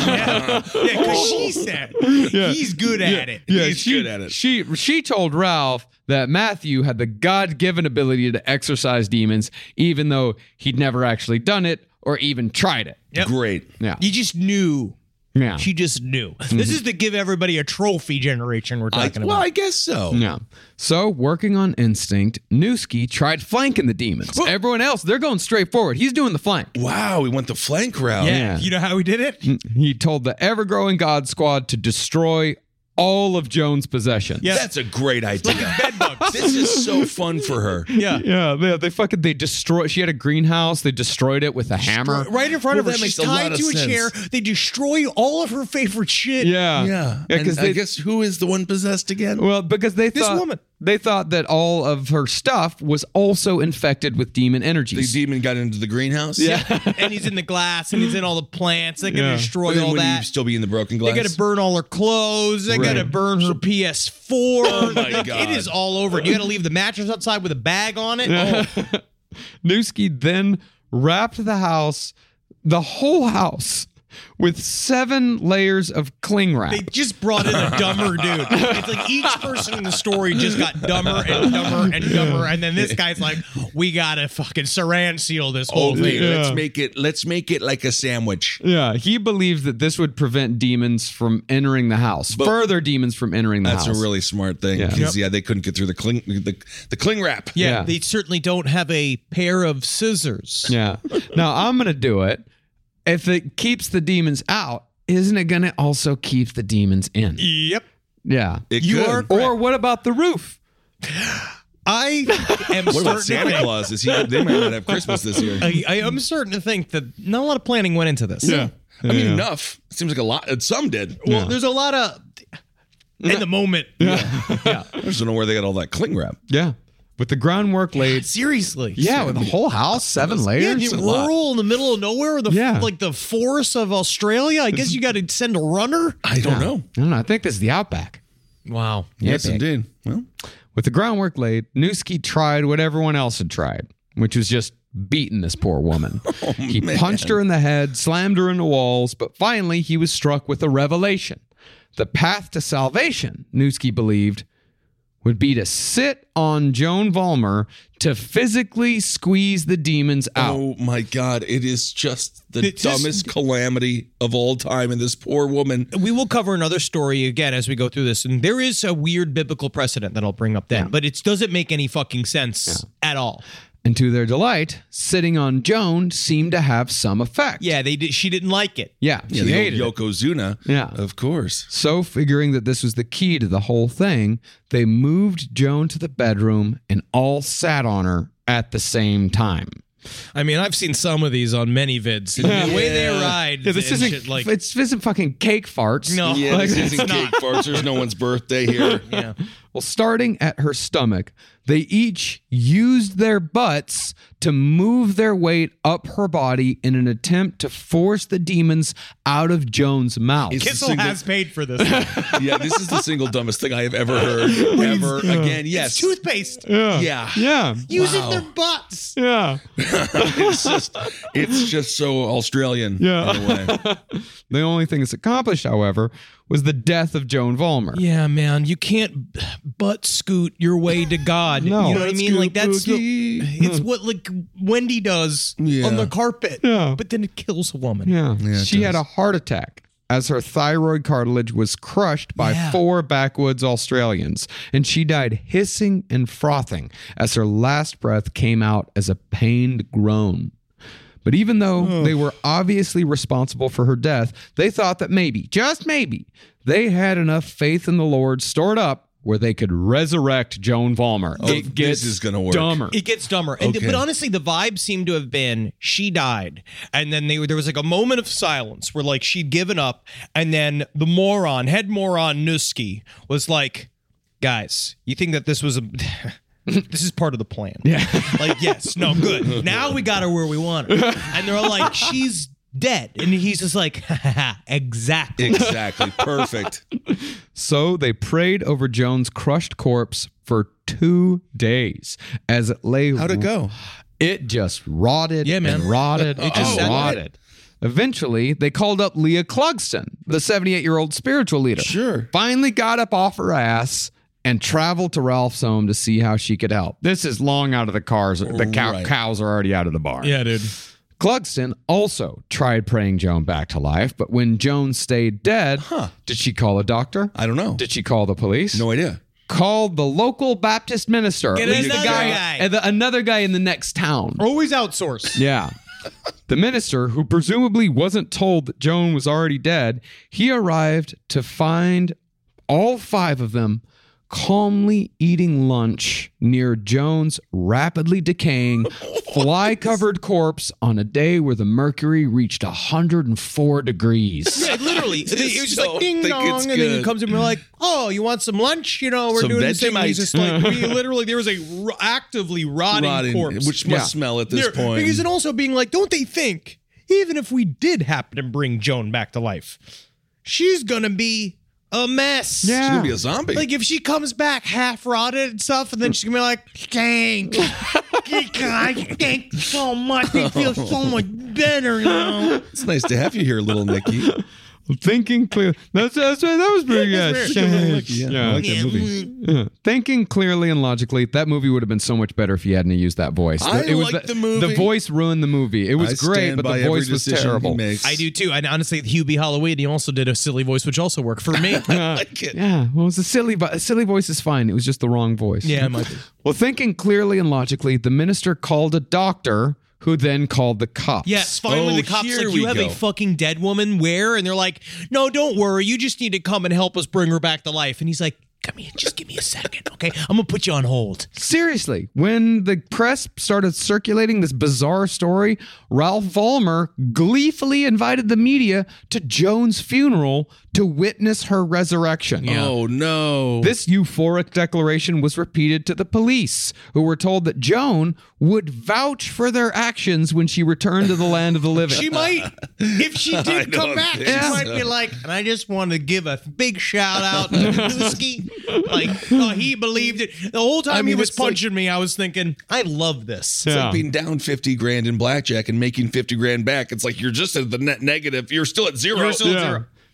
Speaker 6: Yeah, because
Speaker 7: Oh.
Speaker 6: she said he's good at it.
Speaker 8: Yeah,
Speaker 7: He's
Speaker 8: she,
Speaker 7: good at it.
Speaker 8: She she told Ralph that Matthew had the God-given ability to exorcise demons, even though he'd never actually done it or even tried it.
Speaker 7: Great.
Speaker 8: Yeah,
Speaker 6: You just knew.
Speaker 8: yeah,
Speaker 6: She just knew. This is to give everybody a trophy generation we're
Speaker 7: Mm-hmm. I,
Speaker 6: talking
Speaker 7: well,
Speaker 6: about.
Speaker 7: I guess so.
Speaker 8: yeah. So, working on instinct, Newski tried flanking the demons. Everyone else, they're going straight forward. He's doing the flank.
Speaker 7: Wow, we went the flank route.
Speaker 8: Yeah.
Speaker 6: You know how we did it?
Speaker 7: Mm.
Speaker 8: He told the ever-growing God Squad to destroy all of Jones' possessions.
Speaker 7: That's a great idea. this is so fun for her.
Speaker 6: Yeah.
Speaker 8: Yeah, they, they fucking they destroyed. She had a greenhouse. They destroyed it with a hammer.
Speaker 6: Right in front
Speaker 7: Well,
Speaker 6: of her,
Speaker 7: that
Speaker 6: she's
Speaker 7: makes a lot
Speaker 6: tied
Speaker 7: of
Speaker 6: to a
Speaker 7: sense.
Speaker 6: chair. They destroy all of her favorite shit.
Speaker 8: Yeah,
Speaker 7: Yeah.
Speaker 8: yeah.
Speaker 7: Because
Speaker 8: Because
Speaker 7: I
Speaker 8: they
Speaker 7: guess who is the one possessed again?
Speaker 8: well, because they
Speaker 6: This
Speaker 8: thought
Speaker 6: woman.
Speaker 8: they thought that all of her stuff was also infected with demon
Speaker 7: the
Speaker 8: energies.
Speaker 7: demon got into the greenhouse. Yeah.
Speaker 6: and he's in the glass, and he's in all the plants. They gotta
Speaker 7: But
Speaker 6: destroy
Speaker 7: then
Speaker 6: all
Speaker 7: would
Speaker 6: that.
Speaker 7: he still be in the broken
Speaker 6: They
Speaker 7: glass?
Speaker 6: got to burn all her clothes. They got to burn her PS4. Oh
Speaker 7: my God.
Speaker 6: It is all over. You got to leave the mattress outside with a bag on it. Oh,
Speaker 8: Newski then wrapped the house, the whole house, with seven layers of cling wrap.
Speaker 6: they just brought in a dumber dude. It's like each person in the story just got dumber and dumber and dumber, and then this guy's like, "We gotta fucking Saran seal this whole
Speaker 7: Okay,
Speaker 6: thing."
Speaker 7: Oh, let's make it. Let's make it like a sandwich.
Speaker 8: yeah, he believed that this would prevent demons from entering the house. Further demons from entering the
Speaker 7: That's
Speaker 8: house.
Speaker 7: a really smart thing.
Speaker 8: Yeah.
Speaker 7: 'cause, Yeah. they couldn't get through the cling the, the cling wrap.
Speaker 6: Yeah,
Speaker 8: Yeah.
Speaker 6: they certainly don't have a pair of scissors.
Speaker 8: Yeah. Now I'm gonna do it. If it keeps the demons out, isn't it gonna also keep the demons in?
Speaker 6: Yep.
Speaker 8: Yeah.
Speaker 7: E- It
Speaker 6: You
Speaker 7: could.
Speaker 6: are-
Speaker 8: or what about the roof?
Speaker 6: I am
Speaker 7: What
Speaker 6: starting
Speaker 7: about
Speaker 6: to
Speaker 7: Santa
Speaker 6: think-
Speaker 7: Claus? Is he? They might not have Christmas this year.
Speaker 6: I, I am starting to think that not a lot of planning went into this.
Speaker 7: I mean, enough. Seems like a lot. uh, Some did.
Speaker 6: Well, there's a lot of in the moment. Yeah.
Speaker 7: I just don't know where they got all that cling wrap.
Speaker 8: Yeah. With the groundwork laid.
Speaker 6: Seriously.
Speaker 8: Yeah, with the whole house, seven
Speaker 6: Yeah,
Speaker 8: layers.
Speaker 6: dude, rural in the middle of nowhere, the
Speaker 8: Yeah.
Speaker 6: like the forest of Australia. I guess you got to send a runner.
Speaker 7: I don't know.
Speaker 8: I don't know. I think this is the outback.
Speaker 6: Wow.
Speaker 7: Yes,
Speaker 8: Epic.
Speaker 7: indeed. Well,
Speaker 8: With the groundwork laid, Newski tried what everyone else had tried, which was just beating this poor woman.
Speaker 6: Oh,
Speaker 8: he punched her in the head, slammed her into walls, but finally he was struck with a revelation. The path to salvation, Newski believed, would be to sit on Joan Vollmer to physically squeeze the demons out.
Speaker 7: oh my God! It is just the
Speaker 6: It's just-
Speaker 7: dumbest calamity of all time. And this poor woman.
Speaker 6: We will cover another story again as we go through this, and there is a weird biblical precedent that I'll bring up then, but it doesn't make any fucking sense at all.
Speaker 8: And to their delight, sitting on Joan seemed to have some effect.
Speaker 6: Yeah, they did. She didn't like it.
Speaker 8: Yeah,
Speaker 7: Yeah,
Speaker 8: she
Speaker 7: the
Speaker 8: hated it.
Speaker 7: old Yokozuna.
Speaker 8: Yeah.
Speaker 7: of course.
Speaker 8: So, figuring that this was the key to the whole thing, they moved Joan to the bedroom and all sat on her at the same time.
Speaker 6: I mean, I've seen some of these on many vids. The way they ride,
Speaker 8: this
Speaker 6: and
Speaker 8: isn't
Speaker 6: shit, like
Speaker 8: it's this isn't fucking cake farts.
Speaker 6: no,
Speaker 7: Yeah, this
Speaker 6: it's
Speaker 7: isn't
Speaker 6: not.
Speaker 7: cake farts. There's no one's birthday here.
Speaker 6: Yeah.
Speaker 8: Well, starting at her stomach, They each used their butts to move their weight up her body in an attempt to force the demons out of Joan's mouth.
Speaker 11: Kissel has paid for this.
Speaker 7: yeah, this is the single dumbest thing I have ever heard. ever again. Yes.
Speaker 11: toothpaste.
Speaker 7: Yeah.
Speaker 8: Yeah.
Speaker 11: Using
Speaker 7: Wow.
Speaker 11: their butts.
Speaker 8: Yeah.
Speaker 7: it's just it's just so Australian. Yeah. In a way.
Speaker 8: The only thing that's accomplished, however, was the death of Joan Vollmer.
Speaker 6: Yeah, man, you can't b- butt scoot your way to God.
Speaker 8: No.
Speaker 6: you know what I mean. Like that's the,
Speaker 7: Boogie.
Speaker 6: it's what like Wendy does
Speaker 7: Yeah.
Speaker 6: on the carpet.
Speaker 8: Yeah.
Speaker 6: but then it kills a woman.
Speaker 8: Yeah.
Speaker 7: Yeah, it
Speaker 8: she had
Speaker 7: does.
Speaker 8: a heart attack as her thyroid cartilage was crushed by four backwoods Australians, and she died hissing and frothing as her last breath came out as a pained groan. But even though they were obviously responsible for her death, they thought that maybe, just maybe, they had enough faith in the Lord stored up where they could resurrect Joan Vollmer.
Speaker 7: Oh, this is gonna work.
Speaker 8: dumber.
Speaker 6: It gets dumber. And
Speaker 7: Okay.
Speaker 6: but honestly, the vibe seemed to have been she died, and then they, there was like a moment of silence where like she'd given up, and then the moron, head moron Nusky, was like, "Guys, you think that this was a." This is part of the plan. Yeah. Like, yes, no, good. Now we got her where we want her. And they're all like, she's dead. And he's just like, exactly.
Speaker 7: Exactly. Perfect.
Speaker 8: So they prayed over Joan's crushed corpse for two days as it lay.
Speaker 12: How'd it go?
Speaker 8: It just rotted
Speaker 6: Yeah, man.
Speaker 8: and rotted it
Speaker 6: just
Speaker 8: just
Speaker 6: sat-
Speaker 8: rotted. Eventually, they called up Leah Clugston, the 78 year old spiritual leader.
Speaker 12: Sure.
Speaker 8: Finally got up off her ass and traveled to Ralph's home to see how she could help. This is long out of the cars. The cow-
Speaker 7: Right.
Speaker 8: cows are already out of the barn.
Speaker 6: Yeah, dude.
Speaker 8: Clugston also tried praying Joan back to life, but when Joan stayed dead, did she call a doctor?
Speaker 7: I don't know.
Speaker 8: Did she call the police?
Speaker 7: No idea.
Speaker 8: Called the local Baptist minister.
Speaker 6: Get
Speaker 8: At least
Speaker 6: another
Speaker 8: the guy,
Speaker 6: guy.
Speaker 8: and the- another guy in the next town.
Speaker 6: Always outsource.
Speaker 8: Yeah. The minister, who presumably wasn't told that Joan was already dead, he arrived to find all five of them calmly eating lunch near Joan's rapidly decaying, fly covered corpse on a day where the mercury reached 104 degrees.
Speaker 6: Yeah, literally. It was just
Speaker 7: so
Speaker 6: like ding
Speaker 7: think
Speaker 6: dong,
Speaker 7: it's
Speaker 6: and then he
Speaker 7: good.
Speaker 6: comes in and we're like, "Oh, you want some lunch? You know, we're
Speaker 7: Some
Speaker 6: doing this." And
Speaker 7: Vegemite.
Speaker 6: he's just like, we literally there was a r- actively rotting,
Speaker 7: Rotting,
Speaker 6: corpse,
Speaker 7: which must
Speaker 8: Yeah.
Speaker 7: smell at this
Speaker 6: There-
Speaker 7: point.
Speaker 6: Because and also being like, don't they think even if we did happen to bring Joan back to life, she's gonna be a mess.
Speaker 7: She's gonna be a zombie.
Speaker 6: Like if she comes back half rotted and stuff, and then she's gonna be like, "Thank, I thank so much. It feels so much better now."
Speaker 7: it's nice to have you here, little Nicky.
Speaker 8: Thinking clear. That's, that's, that was pretty good.
Speaker 7: Yeah, Mm-hmm. I like that movie.
Speaker 8: Thinking clearly and logically, that movie would have been so much better if you hadn't used that voice.
Speaker 7: I
Speaker 8: it was
Speaker 7: like the movie.
Speaker 8: The voice ruined the movie. It was
Speaker 7: I
Speaker 8: great,
Speaker 7: stand
Speaker 8: but
Speaker 7: by
Speaker 8: the
Speaker 7: every
Speaker 8: voice was
Speaker 7: decision he
Speaker 8: terrible.
Speaker 7: makes.
Speaker 6: I do too. And honestly, Hubie Halloween, he also did a silly voice, which also worked for me.
Speaker 8: Yeah, well, it's a silly, vo- a silly voice is fine. It was just the wrong voice.
Speaker 6: yeah, my
Speaker 8: Well, thinking clearly and logically, the minister called a doctor, who then called the cops.
Speaker 6: Yes, finally
Speaker 7: Oh,
Speaker 6: the cops
Speaker 7: here
Speaker 6: like,
Speaker 7: we
Speaker 6: you have
Speaker 7: go."
Speaker 6: a fucking dead woman where? And they're like, no, don't worry. You just need to come and help us bring her back to life. And he's like, come here, just give me a second, okay? I'm going to put you on hold.
Speaker 8: Seriously, when the press started circulating this bizarre story, Ralph Vollmer gleefully invited the media to Joan's funeral to witness her resurrection.
Speaker 7: Oh no.
Speaker 8: This euphoric declaration was repeated to the police, who were told that Joan would vouch for their actions when she returned to the land of the living.
Speaker 6: She might, if she did come
Speaker 7: don't
Speaker 6: back, she
Speaker 7: think
Speaker 6: might be like, and I just want to give a big shout out to Newski. Like, oh, he believed it. The whole time he
Speaker 7: mean,
Speaker 6: was
Speaker 7: it's like-
Speaker 6: punching me, I was thinking, I love this.
Speaker 7: It's like being down 50 grand in blackjack and making 50 grand back. It's like you're just at the net negative. You're still at 0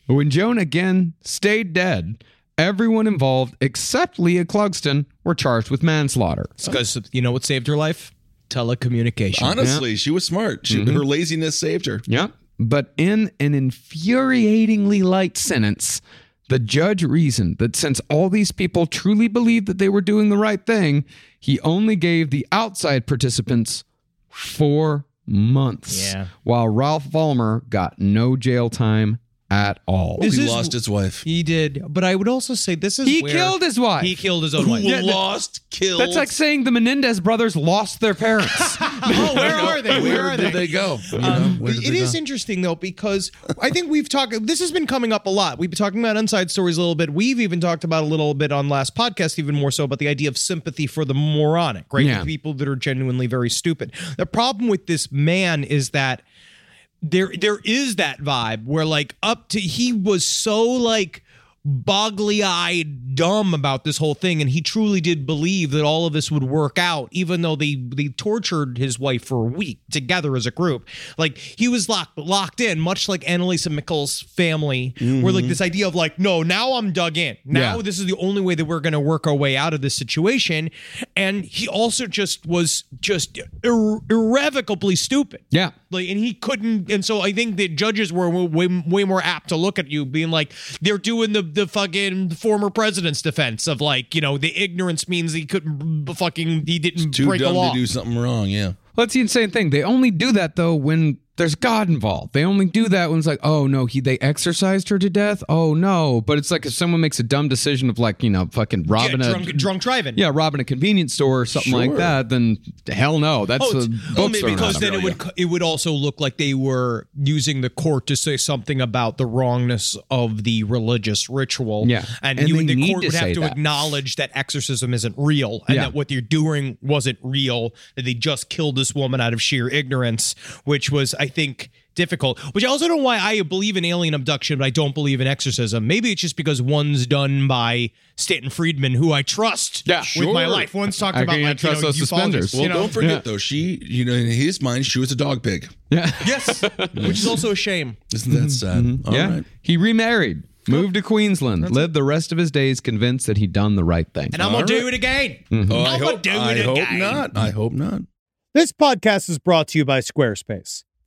Speaker 8: But when Joan again stayed dead, everyone involved except Leah Clugston were charged with manslaughter.
Speaker 6: Because you know what saved her life? Telecommunication.
Speaker 7: Honestly, she was smart. She, Her laziness saved her.
Speaker 8: Yeah. But in an infuriatingly light sentence, the judge reasoned that since all these people truly believed that they were doing the right thing, he only gave the outside participants four months,
Speaker 6: Yeah.
Speaker 8: while Ralph Vollmer got no jail time at all.
Speaker 7: Well, he lost his wife.
Speaker 6: He did, but I would also say this is
Speaker 8: He
Speaker 6: where-
Speaker 8: killed his wife.
Speaker 6: He killed his own wife.
Speaker 8: Yeah, that- That's like saying the Menendez brothers lost their parents.
Speaker 6: oh, where are they? Where are
Speaker 7: Where did they go? You know, where did
Speaker 6: It
Speaker 7: they
Speaker 6: is
Speaker 7: go?
Speaker 6: interesting though because I think we've talked. This has been coming up a lot. We've been talking about inside stories a little bit. We've even talked about a little bit on last podcast, even more so about the idea of sympathy for the moronic, right?
Speaker 8: Yeah.
Speaker 6: The people that are genuinely very stupid. The problem with this man is that there there is that vibe where like up to he was so like boggly-eyed dumb about this whole thing and he truly did believe that all of this would work out even though they they tortured his wife for a week together as a group like he was locked locked in much like Annalisa Mickle's family where like
Speaker 11: Mhm.
Speaker 6: this idea of like no now I'm dug in now
Speaker 11: Yeah.
Speaker 6: this is the only way that we're going to work our way out of this situation and he also just was just ir- irrevocably stupid
Speaker 8: yeah
Speaker 6: like and he couldn't and so i think that judges were way, way more apt to look at you being like they're doing the the fucking former president's defense of like you know the ignorance means he couldn't b- fucking he didn't
Speaker 7: Too
Speaker 6: break the
Speaker 7: dumb
Speaker 6: law
Speaker 7: to do something wrong. Yeah.
Speaker 8: Well, that's the insane thing. They only do that though when there's God involved. They only do that when it's like, oh no, he they exercised her to death. Oh no, but it's like if someone makes a dumb decision of like you know fucking robbing
Speaker 6: yeah,
Speaker 8: a
Speaker 6: drunk, drunk driving
Speaker 8: yeah robbing a convenience store or something like
Speaker 6: Sure.
Speaker 8: that, then hell no, that's
Speaker 6: Oh,
Speaker 8: a
Speaker 6: it's-
Speaker 8: books
Speaker 6: oh, maybe
Speaker 8: thrown at
Speaker 6: because
Speaker 8: him.
Speaker 6: then it would it would also look like they were using the court to say something about the wrongness of the religious ritual.
Speaker 8: Yeah.
Speaker 6: and,
Speaker 8: And
Speaker 6: you,
Speaker 8: they
Speaker 6: the
Speaker 8: need
Speaker 6: court
Speaker 8: to
Speaker 6: would have
Speaker 8: say
Speaker 6: to
Speaker 8: that.
Speaker 6: acknowledge that exorcism isn't real and
Speaker 8: Yeah.
Speaker 6: that what they're doing wasn't real. That they just killed this woman out of sheer ignorance, which was, I think. Difficult, which I also don't know why I believe in alien abduction, but I don't believe in exorcism. Maybe it's just because one's done by Stanton Friedman, who I trust
Speaker 8: yeah,
Speaker 6: with my life. One's talked about like, you know, ufologists,
Speaker 7: Well,
Speaker 6: you know?
Speaker 7: don't forget though, she, you know, in his mind, she was a dog pig.
Speaker 8: Yeah.
Speaker 6: Yes. Which is also a shame.
Speaker 7: Isn't that sad? All
Speaker 8: yeah,
Speaker 7: right.
Speaker 8: he remarried, moved to Queensland, lived the rest of his days convinced that he'd done the right thing.
Speaker 6: And I'm gonna do it again.
Speaker 7: Oh, I
Speaker 6: I'm gonna
Speaker 7: hope,
Speaker 6: do it
Speaker 7: I hope
Speaker 6: again.
Speaker 7: not. I hope not.
Speaker 12: This podcast is brought to you by Squarespace.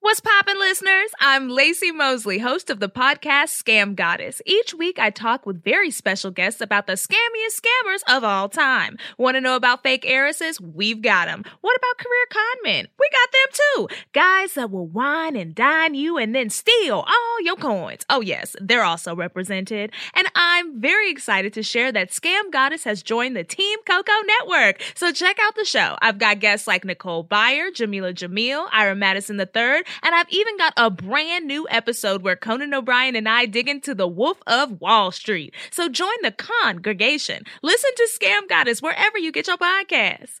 Speaker 9: What's poppin', listeners? I'm Lacey Mosley, host of the podcast Scam Goddess. Each week, I talk with very special guests about the scammiest scammers of all time. Want to know about fake heiresses? We've got them. What about career con men? We got them too. Guys that will wine and dine you and then steal all your coins. Oh, yes, they're also represented. And I'm very excited to share that Scam Goddess has joined the Team Coco Network. So check out the show. I've got guests like Nicole Byer, Jamila Jamil, Ira Madison III, and I've even got a brand new episode where Conan O'Brien and I dig into the Wolf of Wall Street. So join the congregation. Listen to Scam Goddess wherever you get your podcasts.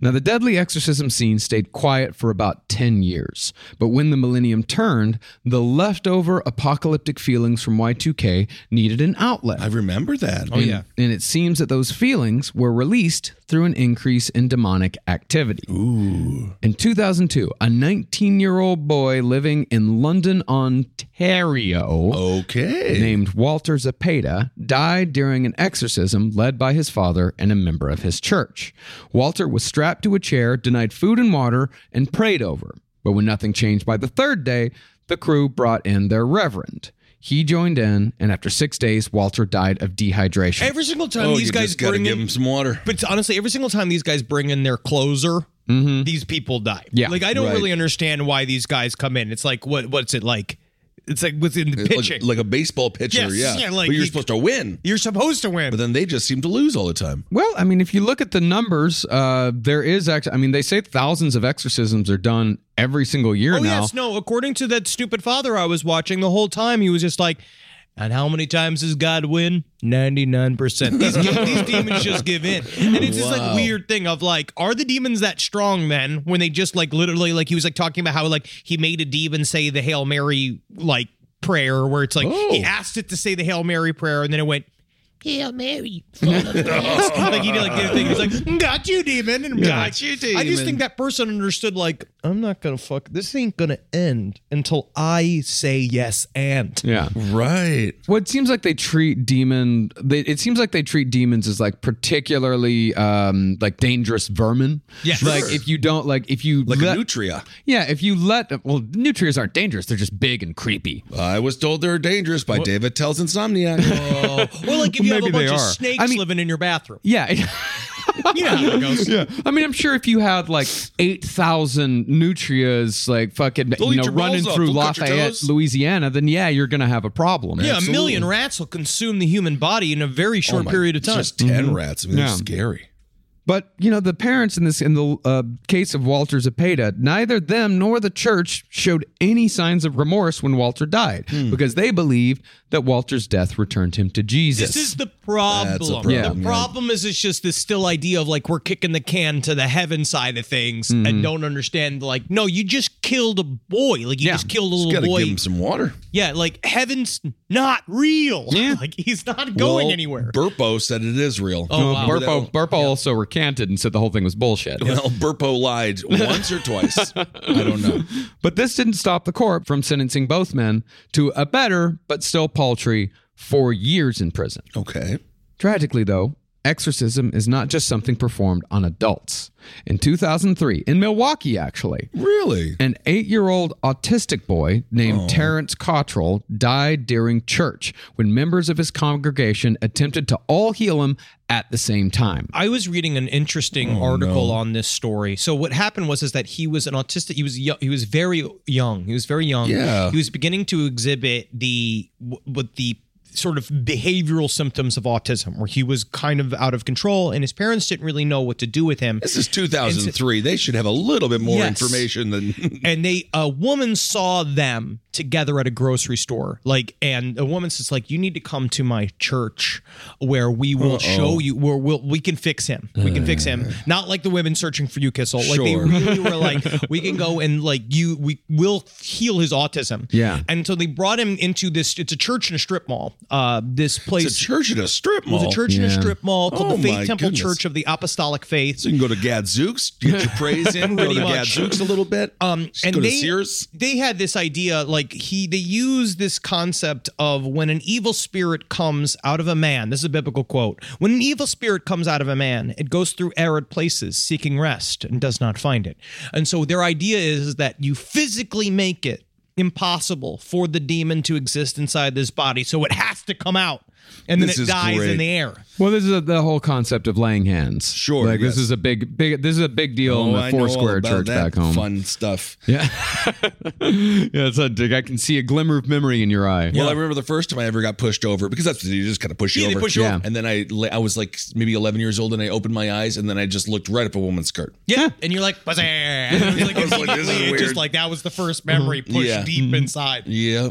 Speaker 8: Now, the deadly exorcism scene stayed quiet for about 10 years, but when the millennium turned, the leftover apocalyptic feelings from Y2K needed an outlet. I
Speaker 7: remember that.
Speaker 11: Oh, yeah.
Speaker 8: And it seems that those feelings were released through an increase in demonic activity.
Speaker 7: Ooh.
Speaker 8: In 2002, a 19 year old boy living in London, Ontario,
Speaker 7: okay.
Speaker 8: named Walter Zapata, died during an exorcism led by his father and a member of his church. Walter was strapped to a chair, denied food and water, and prayed over. But when nothing changed by the third day, the crew brought in their reverend. He joined in, and after six days, Walter died of dehydration.
Speaker 6: Every single
Speaker 7: Oh,
Speaker 6: time these Oh, guys bring in,
Speaker 7: some water.
Speaker 6: but honestly, every single time these guys bring in their closer, these people die.
Speaker 8: Mm-hmm. Yeah.
Speaker 6: like I don't
Speaker 8: Right.
Speaker 6: really understand why these guys come in. It's like what what's it like? It's like within the
Speaker 7: Like-
Speaker 6: pitching,
Speaker 7: Like, a baseball pitcher,
Speaker 6: Yes,
Speaker 7: yeah.
Speaker 6: yeah, like
Speaker 7: but you're
Speaker 6: you-
Speaker 7: supposed to win.
Speaker 6: You're supposed to win.
Speaker 7: But then they just seem to lose all the time.
Speaker 8: Well, I mean, if you look at the numbers, uh, there is actually, I mean, they say thousands of exorcisms are done every single year
Speaker 6: Oh
Speaker 8: now.
Speaker 6: yes, no. According to that stupid father I was watching the whole time, he was just like, "And how many times does God win? Ninety nine percent." These de- these demons just give in, and it's just like
Speaker 11: Wow.
Speaker 6: weird thing of like, are the demons that strong then? When they just like literally like he was like talking about how like he made a demon say the Hail Mary like prayer where it's like he asked it to say the Hail Mary prayer, and then it went. Hail Mary. like he did like did a thing. He's like, got you, demon, and
Speaker 11: Yeah.
Speaker 6: got you, demon. I just think that person understood like, I'm not gonna fuck. This ain't gonna end until I say yes and.
Speaker 8: Yeah.
Speaker 7: Right.
Speaker 8: Well, it seems like they treat demon. They, it seems like they treat demons as like particularly um like dangerous vermin.
Speaker 7: Yes.
Speaker 8: Like
Speaker 7: Sure.
Speaker 8: if you don't like if you
Speaker 7: Like a
Speaker 8: let,
Speaker 7: nutria.
Speaker 8: Yeah, if you let well, nutrias aren't dangerous. They're just big and creepy.
Speaker 7: I was told they're dangerous by David Tell's Insomniac.
Speaker 6: Or like if you have a
Speaker 8: Maybe they
Speaker 6: bunch of
Speaker 8: are.
Speaker 6: snakes living in your bathroom.
Speaker 8: Yeah.
Speaker 6: You know how that goes.
Speaker 8: yeah. I mean, I'm sure if you had like 8,000 nutrias, like fucking,
Speaker 6: They'll
Speaker 8: you
Speaker 6: eat
Speaker 8: know,
Speaker 6: your balls
Speaker 8: running
Speaker 6: up.
Speaker 8: through
Speaker 6: They'll cut your
Speaker 8: Lafayette,
Speaker 6: toes.
Speaker 8: Louisiana, then yeah, you're going to have a problem.
Speaker 6: Yeah, a million rats will consume the human body in a very
Speaker 7: Oh,
Speaker 6: short period of time. Mm-hmm.
Speaker 8: Mhm. Yeah.
Speaker 7: scary.
Speaker 8: But you know, the parents in this in the uh, case of Walter Zapata, neither them nor the church showed any signs of remorse when Walter died because they believed that Walter's death returned him to Jesus.
Speaker 6: This is the problem.
Speaker 8: That's a problem,
Speaker 6: the
Speaker 8: yeah.
Speaker 6: problem is it's just this still idea of like we're kicking the can to the heaven side of things
Speaker 8: Mhm.
Speaker 6: and don't understand like no, you just killed a boy. Like you just killed a little
Speaker 7: gotta
Speaker 6: boy.
Speaker 7: give him some water.
Speaker 6: Yeah, like heaven's not real. like he's not going anywhere.
Speaker 7: Burpo said it is real.
Speaker 8: Oh, Burpo, Burpo also recanted and said the whole thing was bullshit.
Speaker 7: Well, Burpo lied once or twice. I don't know.
Speaker 8: But this didn't stop the court from sentencing both men to a better, but still paltry, four years in prison.
Speaker 7: Okay.
Speaker 8: Tragically, though, exorcism is not just something performed on adults. In 2003, in Milwaukee, actually,
Speaker 7: really,
Speaker 8: an eight year old autistic boy named
Speaker 7: Oh.
Speaker 8: Terrence Cottrell died during church when members of his congregation attempted to all heal him at the same time.
Speaker 6: I was reading an interesting article on this story. So what happened was is that he was an autistic. He was yo- he was very young. He was very young.
Speaker 7: Yeah.
Speaker 6: He was beginning to exhibit the wh- what the sort of behavioral symptoms of autism, where he was kind of out of control, and his parents didn't really know what to do with him.
Speaker 7: This is 2003. They should have a little bit more
Speaker 6: Yes.
Speaker 7: information than.
Speaker 6: and they a woman saw them together at a grocery store like and a woman says like you need to come to my church where we will
Speaker 7: Uh-oh. Uh.
Speaker 6: show you where we'll, we can fix him we can fix him not like the women searching for you kissel like they
Speaker 7: Sure.
Speaker 6: really were like we can go and like you we will heal his autism
Speaker 7: Yeah.
Speaker 6: and so they brought him into this it's a church in a strip mall uh this place
Speaker 7: It's a church in a strip
Speaker 6: it was
Speaker 7: mall.
Speaker 6: a church in a strip mall called
Speaker 7: Oh
Speaker 6: the Faith
Speaker 7: my
Speaker 6: Temple
Speaker 7: goodness.
Speaker 6: Church of the Apostolic Faith.
Speaker 7: So you can go to Gadzooks, get your praise in, go
Speaker 6: Pretty
Speaker 7: to
Speaker 6: much.
Speaker 7: Gadzooks a little bit.
Speaker 6: Um,
Speaker 7: Just
Speaker 6: and
Speaker 7: go to
Speaker 6: they,
Speaker 7: Sears.
Speaker 6: they had this idea, like he, they use this concept of when an evil spirit comes out of a man. This is a biblical quote. When an evil spirit comes out of a man, it goes through arid places seeking rest and does not find it. And so their idea is that you physically make it impossible for the demon to exist inside this body, so it has to come out, and then
Speaker 8: This
Speaker 6: it
Speaker 8: is
Speaker 6: dies
Speaker 8: great.
Speaker 6: in the air.
Speaker 8: Well, this is a, the whole concept of laying hands. Sure, like
Speaker 7: yes.
Speaker 8: this is a big, big. This is a big deal
Speaker 7: Oh,
Speaker 8: in
Speaker 7: I
Speaker 8: the
Speaker 7: know all
Speaker 8: Foursquare
Speaker 7: about
Speaker 8: Church
Speaker 7: that
Speaker 8: back home.
Speaker 7: Fun stuff.
Speaker 8: Yeah, yeah. It's a, I can see a glimmer of memory in your eye.
Speaker 7: Well, I remember the first time I ever got pushed over because that's what you do, you just kind of push you
Speaker 8: Yeah, they
Speaker 7: over.
Speaker 8: push you Yeah. over.
Speaker 7: And then I la- I was like maybe 11 years old and I opened my eyes and then I just looked right up a woman's skirt.
Speaker 6: Yeah, and you're like, "Buzzer!" And it was like,
Speaker 7: I was like, this is
Speaker 6: immediately, it
Speaker 7: weird. Mm-hmm.
Speaker 6: just like that was the first memory pushed
Speaker 7: Yeah.
Speaker 6: deep inside.
Speaker 7: Yeah.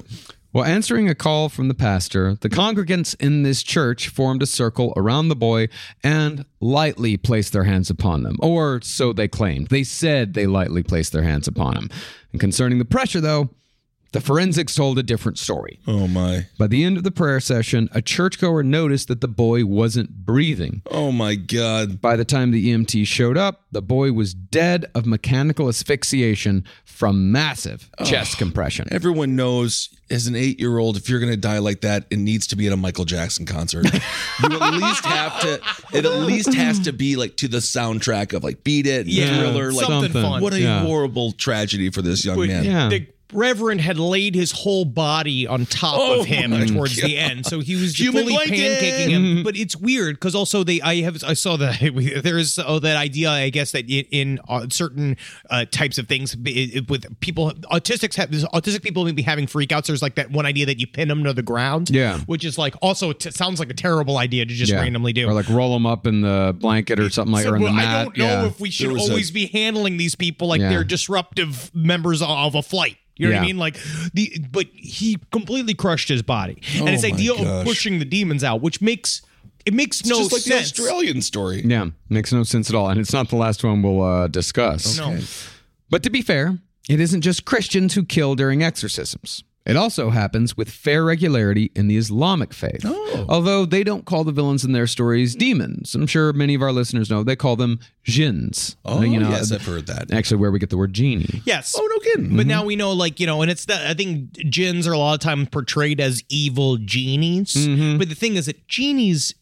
Speaker 8: While answering a call from the pastor, the congregants in this church formed a circle around the boy and lightly placed their hands upon them, or so they claimed. They said they lightly placed their hands upon him. And concerning the pressure, though, the forensics told a different story.
Speaker 7: Oh my.
Speaker 8: By the end of the prayer session, a churchgoer noticed that the boy wasn't breathing.
Speaker 7: Oh my God.
Speaker 8: By the time the EMT showed up, the boy was dead of mechanical asphyxiation from massive chest compression.
Speaker 7: Everyone knows as an eight year old, if you're going to die like that, it needs to be at a Michael Jackson concert. you at least have to, it at least has to be like to the soundtrack of like Beat It, and
Speaker 6: Yeah,
Speaker 7: Thriller, like
Speaker 6: something fun.
Speaker 7: What a
Speaker 6: Yeah.
Speaker 7: horrible tragedy for this young
Speaker 6: But
Speaker 7: man.
Speaker 6: The reverend had laid his whole body on top
Speaker 7: Oh
Speaker 6: of him
Speaker 7: my
Speaker 6: towards the
Speaker 7: God.
Speaker 6: end, so he was
Speaker 7: Human
Speaker 6: fully
Speaker 7: blanket.
Speaker 6: pancaking him. But it's weird because also they I have I saw that there's oh that idea I guess that i- in uh, certain uh, types of things b- i- with people autistics have autistic people may be having freakouts. There's like that one idea that you pin them to the ground,
Speaker 8: Yeah.
Speaker 6: which is like also it sounds like a terrible idea to just
Speaker 8: Yeah.
Speaker 6: randomly do.
Speaker 8: Or like roll them up in the blanket or something like
Speaker 6: So,
Speaker 8: or in the
Speaker 6: well,
Speaker 8: mat.
Speaker 6: I don't know
Speaker 8: Yeah.
Speaker 6: if we should always be handling these people like
Speaker 8: Yeah.
Speaker 6: they're disruptive members of a flight. You know what I
Speaker 8: Yeah.
Speaker 6: mean? Like the but he completely crushed his body.
Speaker 7: Oh
Speaker 6: and it's
Speaker 7: my
Speaker 6: idea
Speaker 7: gosh.
Speaker 6: of pushing the demons out, which makes it makes
Speaker 7: It's
Speaker 6: no
Speaker 7: just like the
Speaker 6: sense.
Speaker 7: Australian story.
Speaker 8: Yeah, makes no sense at all. And it's not the last one we'll uh, discuss.
Speaker 6: No. Okay.
Speaker 8: But to be fair, it isn't just Christians who kill during exorcisms. It also happens with fair regularity in the Islamic faith.
Speaker 7: Oh.
Speaker 8: Although they don't call the villains in their stories demons. I'm sure many of our listeners know they call them jinns.
Speaker 7: Oh,
Speaker 8: you know,
Speaker 7: yes, I've heard that.
Speaker 8: Actually, where we get the word genie.
Speaker 6: Yes. Oh no kidding. But
Speaker 7: Hmm.
Speaker 6: now we know, like you know, and it's that I think gins are a lot of times portrayed as evil genies.
Speaker 8: Mm-hmm.
Speaker 6: But the thing is that genies,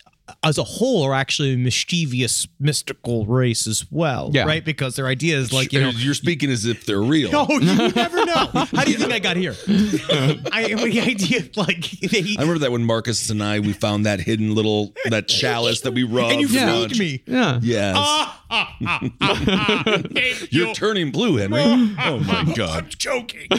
Speaker 6: as a whole, are actually a mischievous mystical race as well,
Speaker 7: Yeah.
Speaker 6: right? Because their idea is like you know,
Speaker 7: You're speaking as if they're real.
Speaker 6: No, Oh, you never know. How do you think I got here? I the idea of like they,
Speaker 7: I remember that when Marcus and I we found that hidden little that chalice that we rubbed.
Speaker 6: and you
Speaker 7: for
Speaker 6: freed
Speaker 7: lunch.
Speaker 6: me.
Speaker 8: Yeah.
Speaker 7: Yes.
Speaker 6: Ah, ah, ah, ah, ah. Thank
Speaker 7: You're
Speaker 6: you.
Speaker 7: turning blue, Henry. Oh my
Speaker 6: I'm
Speaker 7: god.
Speaker 6: joking.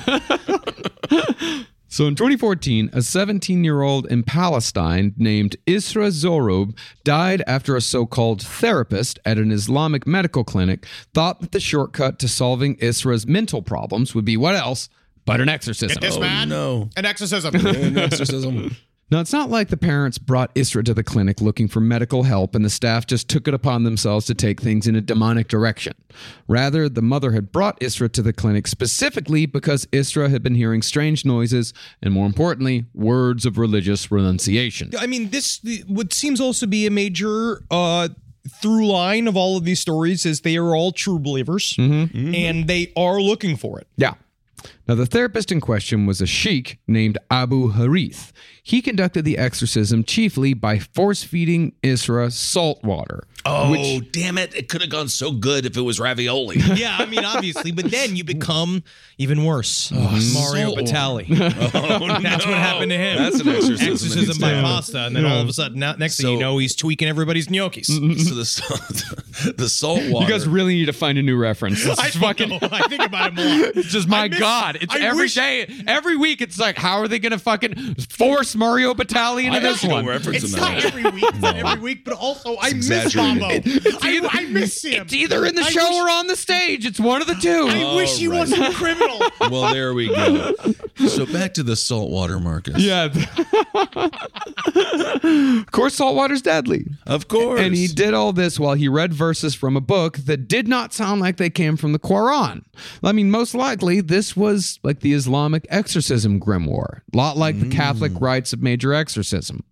Speaker 8: So in 2014, a 17 year old in Palestine named Isra Zorub died after a so called therapist at an Islamic medical clinic thought that the shortcut to solving Isra's mental problems would be what else but an exorcism.
Speaker 6: Get this man an exorcism.
Speaker 8: Now, it's not like the parents brought Isra to the clinic looking for medical help and the staff just took it upon themselves to take things in a demonic direction. Rather, the mother had brought Isra to the clinic specifically because Isra had been hearing strange noises and, more importantly, words of religious renunciation.
Speaker 6: I mean, this what seems also be a major uh, through line of all of these stories is they are all true believers,
Speaker 7: Mm-hmm.
Speaker 6: and they are looking for it.
Speaker 8: Yeah. Now, the therapist in question was a sheik named Abu Harith. He conducted the exorcism chiefly by force feeding Isra salt water.
Speaker 7: Oh
Speaker 8: which-
Speaker 7: damn it! It could have gone so good if it was ravioli.
Speaker 6: Yeah, I mean, obviously, but then you become even worse.
Speaker 8: Oh,
Speaker 6: Mario
Speaker 7: so-
Speaker 6: Batali.
Speaker 7: Oh,
Speaker 6: That's
Speaker 7: no.
Speaker 6: what happened to him.
Speaker 7: That's an exorcism in
Speaker 6: Exorcism by
Speaker 7: itself.
Speaker 6: pasta, and then
Speaker 7: Yeah.
Speaker 6: all of a sudden, now, next thing you know, he's tweaking everybody's gnocchis.
Speaker 7: So the salt, the salt water.
Speaker 8: You guys really need to find a new reference. This
Speaker 6: I
Speaker 8: is
Speaker 6: don't
Speaker 8: fucking.
Speaker 6: know. I think about him a lot.
Speaker 8: It's just my
Speaker 6: I miss-
Speaker 8: God. It's
Speaker 6: I
Speaker 8: every day,
Speaker 6: wish-
Speaker 8: every week. It's like, how are they going to fucking force Mario Batali into
Speaker 7: I
Speaker 8: this
Speaker 7: actually don't
Speaker 8: one?
Speaker 7: reference
Speaker 6: It's
Speaker 7: him
Speaker 6: not
Speaker 7: that
Speaker 6: every week. It's not every week, but also I miss
Speaker 7: exaggerated.
Speaker 6: Mambo. I, I miss him.
Speaker 8: It's either in the
Speaker 6: I
Speaker 8: show
Speaker 6: wish-
Speaker 8: or on the stage. It's one of the two.
Speaker 6: I wish he
Speaker 7: All right.
Speaker 6: wasn't a criminal.
Speaker 7: well, there we go. So back to the salt water, Marcus.
Speaker 8: Yeah. of course, saltwater's deadly.
Speaker 7: Of course.
Speaker 8: And he did all this while he read verses from a book that did not sound like they came from the Quran. I mean, most likely, this was like the Islamic exorcism grimoire, a lot like the
Speaker 7: Mm.
Speaker 8: Catholic rites of major exorcism.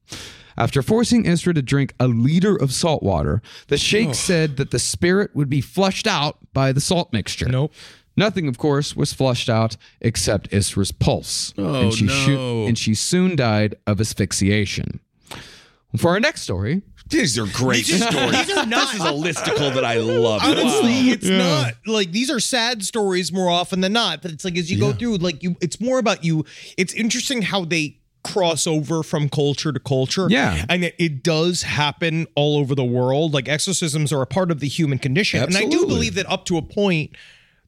Speaker 8: After forcing Isra to drink a liter of salt water, the sheikh said that the spirit would be flushed out by the salt mixture. Nope. Nothing, of course, was flushed out except Isra's pulse.
Speaker 7: Oh,
Speaker 8: and she shoo-
Speaker 7: no.
Speaker 8: and she soon died of asphyxiation. For our next story,
Speaker 7: These are great
Speaker 6: These are-
Speaker 7: stories.
Speaker 6: these are not-
Speaker 7: This is a listicle that I love.
Speaker 6: Honestly,
Speaker 7: Wow.
Speaker 6: it's not like these are sad stories more often than not. But it's like as you go through, like you, it's more about you. It's interesting how they cross over from culture to culture.
Speaker 8: Yeah.
Speaker 6: and it, it does happen all over the world. Like exorcisms are a part of the human condition, and I do
Speaker 7: Absolutely.
Speaker 6: believe that up to a point.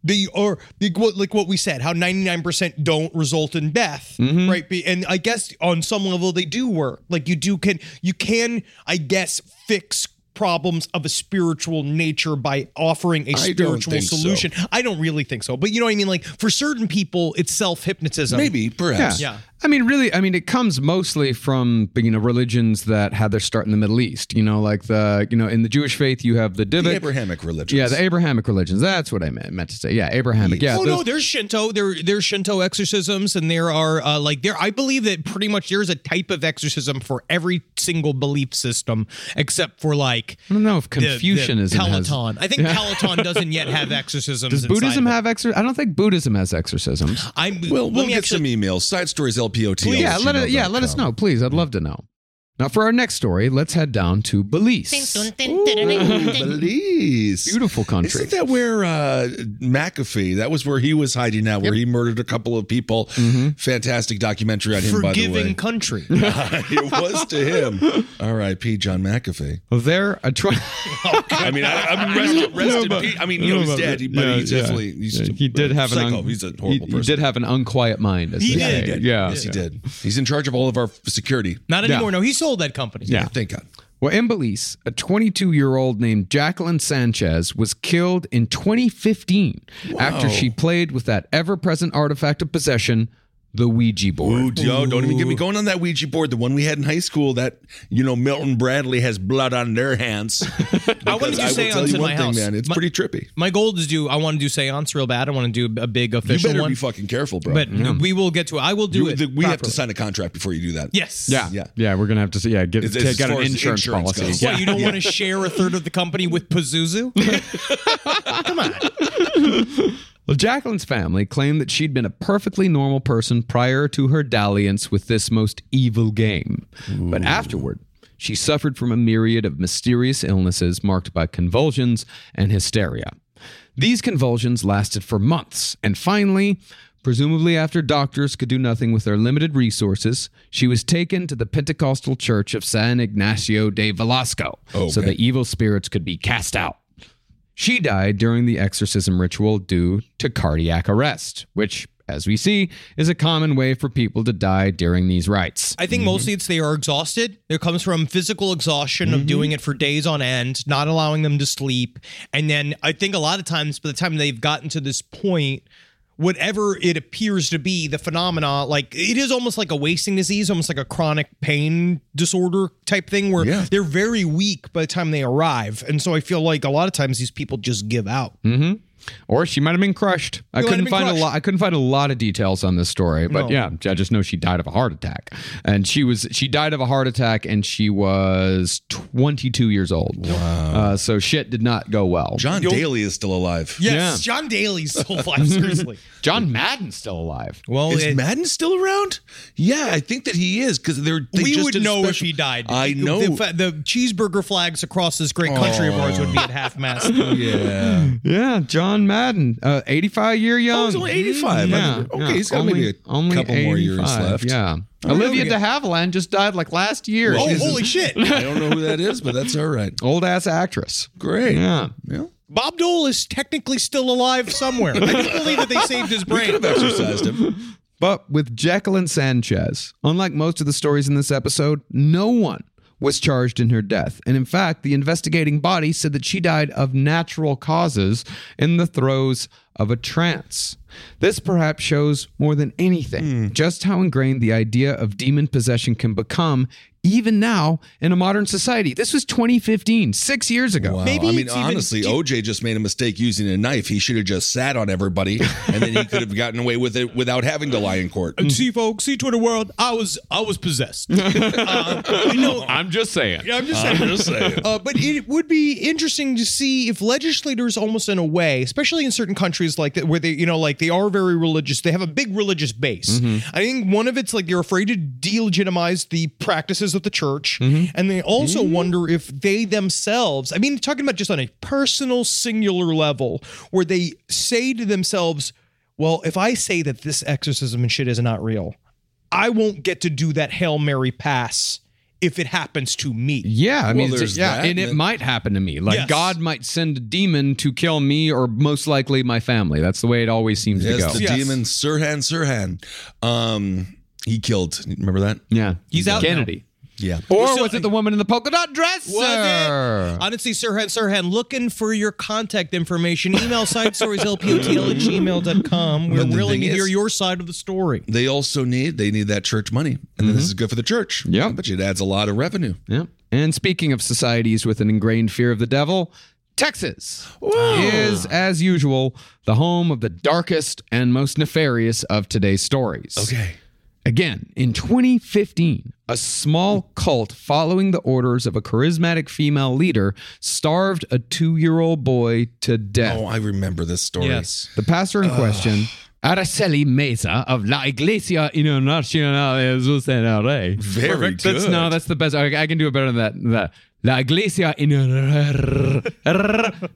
Speaker 6: They are they, what, like what we said, how 99% don't result in death,
Speaker 7: Mm-hmm.
Speaker 6: right? Be- And I guess on some level they do work. Like you do can you can I guess fix problems of a spiritual nature by offering a
Speaker 7: I don't
Speaker 6: spiritual
Speaker 7: think so.
Speaker 6: solution. I don't really think so, but you know what I mean. Like for certain people, it's self hypnotism.
Speaker 7: Maybe, perhaps.
Speaker 8: Yeah. I mean, really, I mean, it comes mostly from you know religions that had their start in the Middle East. You know, like the you know in the Jewish faith you have the Dibbet,
Speaker 7: Abrahamic religions.
Speaker 8: Yeah, the Abrahamic religions. That's what I meant, meant to say. Yeah, Abrahamic. Yeah.
Speaker 6: oh
Speaker 8: those-
Speaker 6: no, there's Shinto. There there's Shinto exorcisms, and there are uh, like there. I believe that pretty much there's a type of exorcism for every single belief system, except for like
Speaker 8: I don't know if
Speaker 6: the- the
Speaker 8: Confucianism has-
Speaker 6: Peloton. I think
Speaker 8: Yeah.
Speaker 6: Peloton doesn't yet have exorcisms.
Speaker 8: Does
Speaker 6: inside
Speaker 8: Buddhism
Speaker 6: them.
Speaker 8: have exorcisms? I don't think Buddhism has exorcisms.
Speaker 6: I'm
Speaker 7: Well,
Speaker 6: let
Speaker 7: we'll
Speaker 6: me
Speaker 7: get some emails. Side stories LPOT.
Speaker 8: yeah, let it, yeah, let us know, please. I'd love to know. Now, for our next story, let's head down to Belize.
Speaker 7: Belize,
Speaker 8: beautiful country.
Speaker 7: Isn't that where uh, McAfee? That was where he was hiding out, where he murdered a couple of people.
Speaker 8: Mm-hmm.
Speaker 7: Fantastic documentary on him, by the way.
Speaker 6: Forgiving country.
Speaker 7: it was to him. R.I.P. John McAfee.
Speaker 8: Well, there, I try.
Speaker 7: I mean, I, I'm rest, rest in peace. I mean, you know, he's dead, he- but he's definitely he's
Speaker 8: he did have an
Speaker 7: psycho.
Speaker 8: un-
Speaker 7: he's a
Speaker 8: he,
Speaker 7: horrible
Speaker 8: he
Speaker 7: person.
Speaker 8: did have an unquiet mind. As
Speaker 6: He
Speaker 8: they
Speaker 6: did.
Speaker 8: say.
Speaker 6: He did.
Speaker 8: Yeah,
Speaker 7: Yes, he did. He's in charge of all of our security.
Speaker 6: Not
Speaker 8: Yeah.
Speaker 6: anymore. No, he sold that company.
Speaker 8: Yeah.
Speaker 7: Thank God.
Speaker 8: Well, in Belize, a 22 year old named Jacqueline Sanchez was killed in 2015 after she played with that ever present artifact of possession, the Ouija board.
Speaker 7: Ooh, yo, don't even get me going on that Ouija board. The one we had in high school that, you know, Milton Bradley has blood on their hands.
Speaker 6: I wanted to do
Speaker 7: Because will tell
Speaker 6: seance
Speaker 7: you
Speaker 6: in
Speaker 7: one
Speaker 6: my
Speaker 7: thing,
Speaker 6: house.
Speaker 7: man. It's
Speaker 6: My-
Speaker 7: pretty trippy.
Speaker 6: My goal is to do. I want to do seance real bad. I want to do a big
Speaker 7: You
Speaker 6: official
Speaker 7: better
Speaker 6: one.
Speaker 7: be fucking careful, bro.
Speaker 6: but we will get to it. I will do
Speaker 7: You-
Speaker 6: it.
Speaker 7: the- we have to
Speaker 6: properly.
Speaker 7: sign a contract before you do that.
Speaker 6: Yes.
Speaker 8: Yeah.
Speaker 7: Yeah.
Speaker 8: yeah. We're going to have to see. Yeah. Get,
Speaker 7: It's-
Speaker 8: get,
Speaker 7: as
Speaker 8: get an
Speaker 7: far as
Speaker 8: insurance,
Speaker 7: insurance
Speaker 8: policy.
Speaker 7: goes.
Speaker 8: Yeah.
Speaker 6: What, you don't want to share a third of the company with Pazuzu?
Speaker 8: Well, Jacqueline's family claimed that she'd been a perfectly normal person prior to her dalliance with this most evil game. But afterward, she suffered from a myriad of mysterious illnesses marked by convulsions and hysteria. These convulsions lasted for months, and finally, presumably after doctors could do nothing with their limited resources, she was taken to the Pentecostal Church of San Ignacio de Velasco so
Speaker 7: Okay.
Speaker 8: the evil spirits could be cast out. She died during the exorcism ritual due to cardiac arrest, which, as we see, is a common way for people to die during these rites.
Speaker 6: I think mostly it's they are exhausted. It comes from physical exhaustion of doing it for days on end, not allowing them to sleep. And then I think a lot of times by the time they've gotten to this point, whatever it appears to be, the phenomena, like it is almost like a wasting disease, almost like a chronic pain disorder type thing where
Speaker 7: Yeah.
Speaker 6: they're very weak by the time they arrive. And so I feel like a lot of times these people just give out.
Speaker 8: hmm Or she might have been crushed. I
Speaker 6: She might have
Speaker 8: couldn't
Speaker 6: been
Speaker 8: find
Speaker 6: crushed.
Speaker 8: a lot. I couldn't find a lot of details on this story, but
Speaker 6: No.
Speaker 8: yeah, I just know she died of a heart attack, and she was she died of a heart attack, and she was 22 years old. Wow! Uh, so shit did not go well.
Speaker 7: John Daly is still alive.
Speaker 6: Yes, John Daly's still alive, seriously.
Speaker 8: John Madden's still alive.
Speaker 6: Well,
Speaker 7: Is
Speaker 6: it-
Speaker 7: Madden still around? Yeah, I think that he is because they're. They
Speaker 6: we
Speaker 7: just
Speaker 6: would
Speaker 7: did a
Speaker 6: know if
Speaker 7: special-
Speaker 6: he died.
Speaker 7: I
Speaker 6: The-
Speaker 7: know.
Speaker 6: The, fa- the cheeseburger flags across this great country of ours would be at half mast.
Speaker 7: yeah.
Speaker 8: Yeah, John Madden, uh, 85 year young.
Speaker 7: Oh, he's only 85.
Speaker 8: Yeah,
Speaker 7: Okay,
Speaker 8: yeah.
Speaker 7: he's got maybe a couple more years left.
Speaker 8: Yeah.
Speaker 7: All right,
Speaker 8: Olivia
Speaker 7: okay.
Speaker 8: de Havilland just died like last year.
Speaker 6: Oh,
Speaker 8: She's an
Speaker 6: holy shit.
Speaker 7: I don't know who that is, but that's all right.
Speaker 8: old ass actress.
Speaker 7: Great.
Speaker 8: Yeah.
Speaker 7: Yeah.
Speaker 6: Bob Dole is technically still alive somewhere. I can't believe that they saved his
Speaker 7: We could
Speaker 6: brain.
Speaker 7: have exercised him.
Speaker 8: But with Jacqueline Sanchez, unlike most of the stories in this episode, no one was charged in her death. And in fact, the investigating body said that she died of natural causes in the throes of a trance. This perhaps shows more than anything just how ingrained the idea of demon possession can become, even now in a modern society. This was 2015, six years ago.
Speaker 7: Wow.
Speaker 6: Maybe
Speaker 7: I mean,
Speaker 6: it's even-
Speaker 7: honestly, OJ just made a mistake using a knife. He should have just sat on everybody, and then he could have gotten away with it without having to lie in court.
Speaker 6: See, folks, see Twitter world. I was, I was possessed. uh, you know,
Speaker 8: I'm just saying.
Speaker 6: I'm just saying. Uh, but it would be interesting to see if legislators, almost in a way, especially in certain countries like that, where they, you know, like they are very religious, they have a big religious base. I think one of it's like they're afraid to delegitimize the practices of the church. And they also wonder if they themselves, I mean, talking about just on a personal, singular level, where they say to themselves, well, if I say that this exorcism and shit is not real, I won't get to do that Hail Mary pass if it happens to me.
Speaker 8: Yeah, I mean,
Speaker 7: Well,
Speaker 8: it's-
Speaker 7: there's
Speaker 8: yeah,
Speaker 7: that,
Speaker 8: and it
Speaker 7: and-
Speaker 8: might happen to me. Like
Speaker 6: Yes.
Speaker 8: God might send a demon to kill me, or most likely my family. That's the way it always seems to
Speaker 7: Yes,
Speaker 8: go.
Speaker 7: the
Speaker 6: Yes.
Speaker 7: demon Sirhan Sirhan. Um, he killed. Remember that?
Speaker 8: yeah,
Speaker 6: He's out now.
Speaker 8: Kennedy.
Speaker 7: Yeah.
Speaker 8: Or was it the woman in the polka dot dress?
Speaker 6: Was
Speaker 8: sir?
Speaker 6: it? Honestly, Sirhan, Sirhan, looking for your contact information. Email side stories, LPOTL at gmail.com. We're
Speaker 7: But the
Speaker 6: really
Speaker 7: thing
Speaker 6: need to hear
Speaker 7: is-
Speaker 6: your side of the story.
Speaker 7: They also need they need that church money, and
Speaker 6: Mm-hmm.
Speaker 7: then this is good for the church. Yeah, but it adds a lot of revenue.
Speaker 8: Yep. And speaking of societies with an ingrained fear of the devil, Texas is, as usual, the home of the darkest and most nefarious of today's stories.
Speaker 7: Okay.
Speaker 8: Again, in 2015, a small cult following the orders of a charismatic female leader starved a two year old boy to death.
Speaker 7: Oh, I remember this story.
Speaker 8: Yes. The pastor in question, Araceli Meza of La Iglesia Internacional de Jesus Rey.
Speaker 7: Very
Speaker 8: Perfect. That's,
Speaker 7: good.
Speaker 8: no, that's the best. I, I can do it better than that. than that. La Iglesia Inter-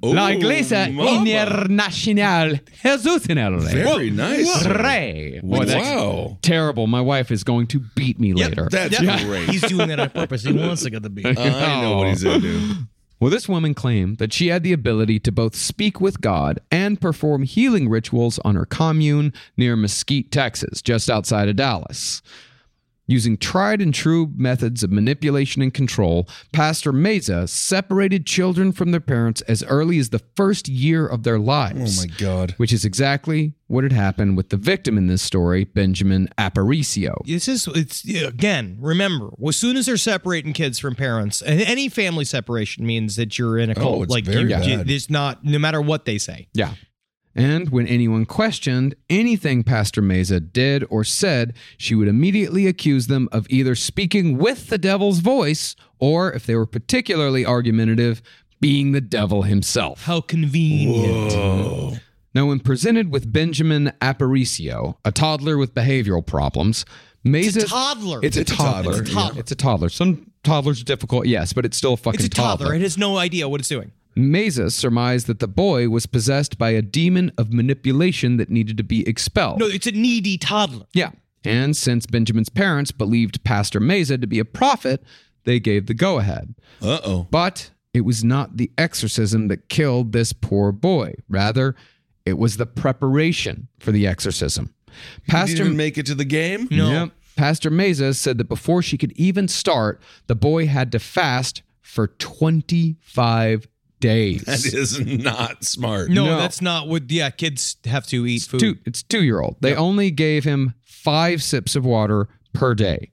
Speaker 8: La
Speaker 7: Ooh,
Speaker 8: Iglesia
Speaker 7: mama.
Speaker 8: Internacional Jesus Rey.
Speaker 7: Very nice.
Speaker 8: Rey. Boy, that's
Speaker 7: Wow.
Speaker 8: terrible. My wife is going to beat me later.
Speaker 7: that's great.
Speaker 6: He's doing that on purpose. He wants to Uh, get the beat.
Speaker 7: I know what he's into.
Speaker 8: Well, this woman claimed that she had the ability to both speak with God and perform healing rituals on her commune near Mesquite, Texas, just outside of Dallas. Using tried and true methods of manipulation and control, Pastor Meza separated children from their parents as early as the first year of their lives.
Speaker 7: Oh my God.
Speaker 8: Which is exactly what had happened with the victim in this story, Benjamin Aparicio.
Speaker 6: This is it's again. Remember, as soon as they're separating kids from parents, and any family separation means that you're in a
Speaker 8: Oh,
Speaker 6: cult.
Speaker 8: it's
Speaker 6: like
Speaker 8: very
Speaker 6: you, you,
Speaker 8: bad.
Speaker 6: it's not no matter what they say.
Speaker 8: Yeah. And when anyone questioned anything Pastor Meza did or said, she would immediately accuse them of either speaking with the devil's voice or, if they were particularly argumentative, being the devil himself.
Speaker 6: How convenient.
Speaker 8: Now, when presented with Benjamin Aparicio, a toddler with behavioral problems,
Speaker 6: It's
Speaker 8: Meza.
Speaker 6: a toddler.
Speaker 8: It's a
Speaker 6: It's a toddler.
Speaker 8: toddler.
Speaker 6: It's a toddler.
Speaker 8: It's a toddler. Some toddlers are difficult, yes, but it's still a fucking
Speaker 6: It's a toddler. It has no idea what it's doing.
Speaker 8: Mesa surmised that the boy was possessed by a demon of manipulation that needed to be expelled.
Speaker 6: No, it's a needy toddler.
Speaker 8: Yeah. And since Benjamin's parents believed Pastor Mesa to be a prophet, they gave the go ahead.
Speaker 7: Uh oh.
Speaker 8: But it was not the exorcism that killed this poor boy. Rather, it was the preparation for the exorcism.
Speaker 7: Didn't even make it to the game.
Speaker 6: Mm.
Speaker 8: Yep. Pastor Mesa said that before she could even start, the boy had to fast for 25 days.
Speaker 7: That is not smart.
Speaker 6: No, that's not what. Yeah, kids have to eat food.
Speaker 8: two it's two year old they only gave him five sips of water per day